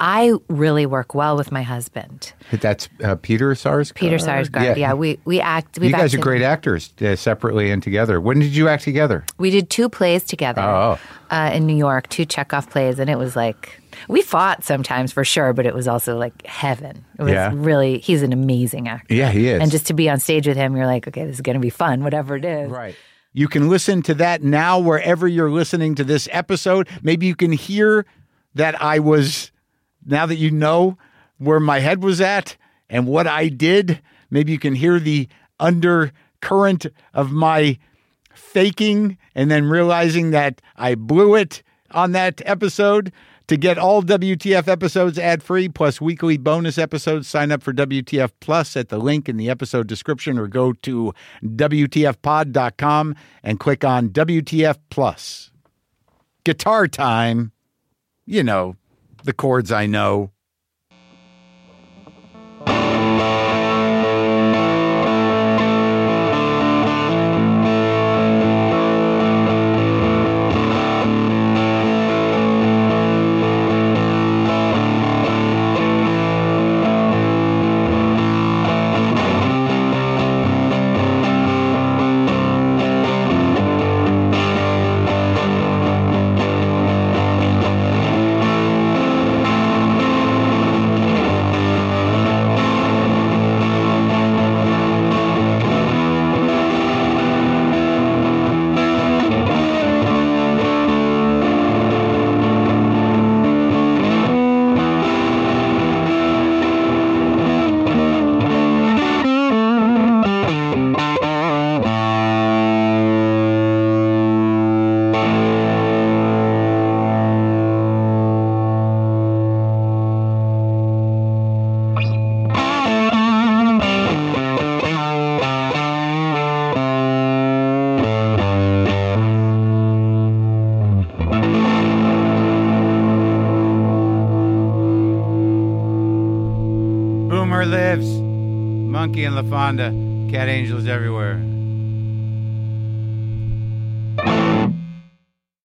I really work well with my husband, That's uh, Peter Sarsgaard. Peter Sarsgaard. Yeah, we, we act. We've you guys are acted- great actors, uh, separately and together. When did you act together? We did two plays together Oh. uh, in New York, two Chekhov plays, and it was like we fought sometimes for sure, but it was also like heaven. It was Yeah. really he's an amazing actor. Yeah, he is. And just to be on stage with him, you're like, okay, this is going to be fun, whatever it is. Right. You can listen to that now wherever you're listening to this episode. Maybe you can hear that I was, now that you know where my head was at and what I did, maybe you can hear the undercurrent of my faking and then realizing that I blew it on that episode. To get all WTF episodes ad free plus weekly bonus episodes, sign up for WTF Plus at the link in the episode description or go to WTFpod.com and click on WTF Plus. Guitar time. You know, the chords I know. Boomer lives. Monkey and La Fonda. Cat angels everywhere.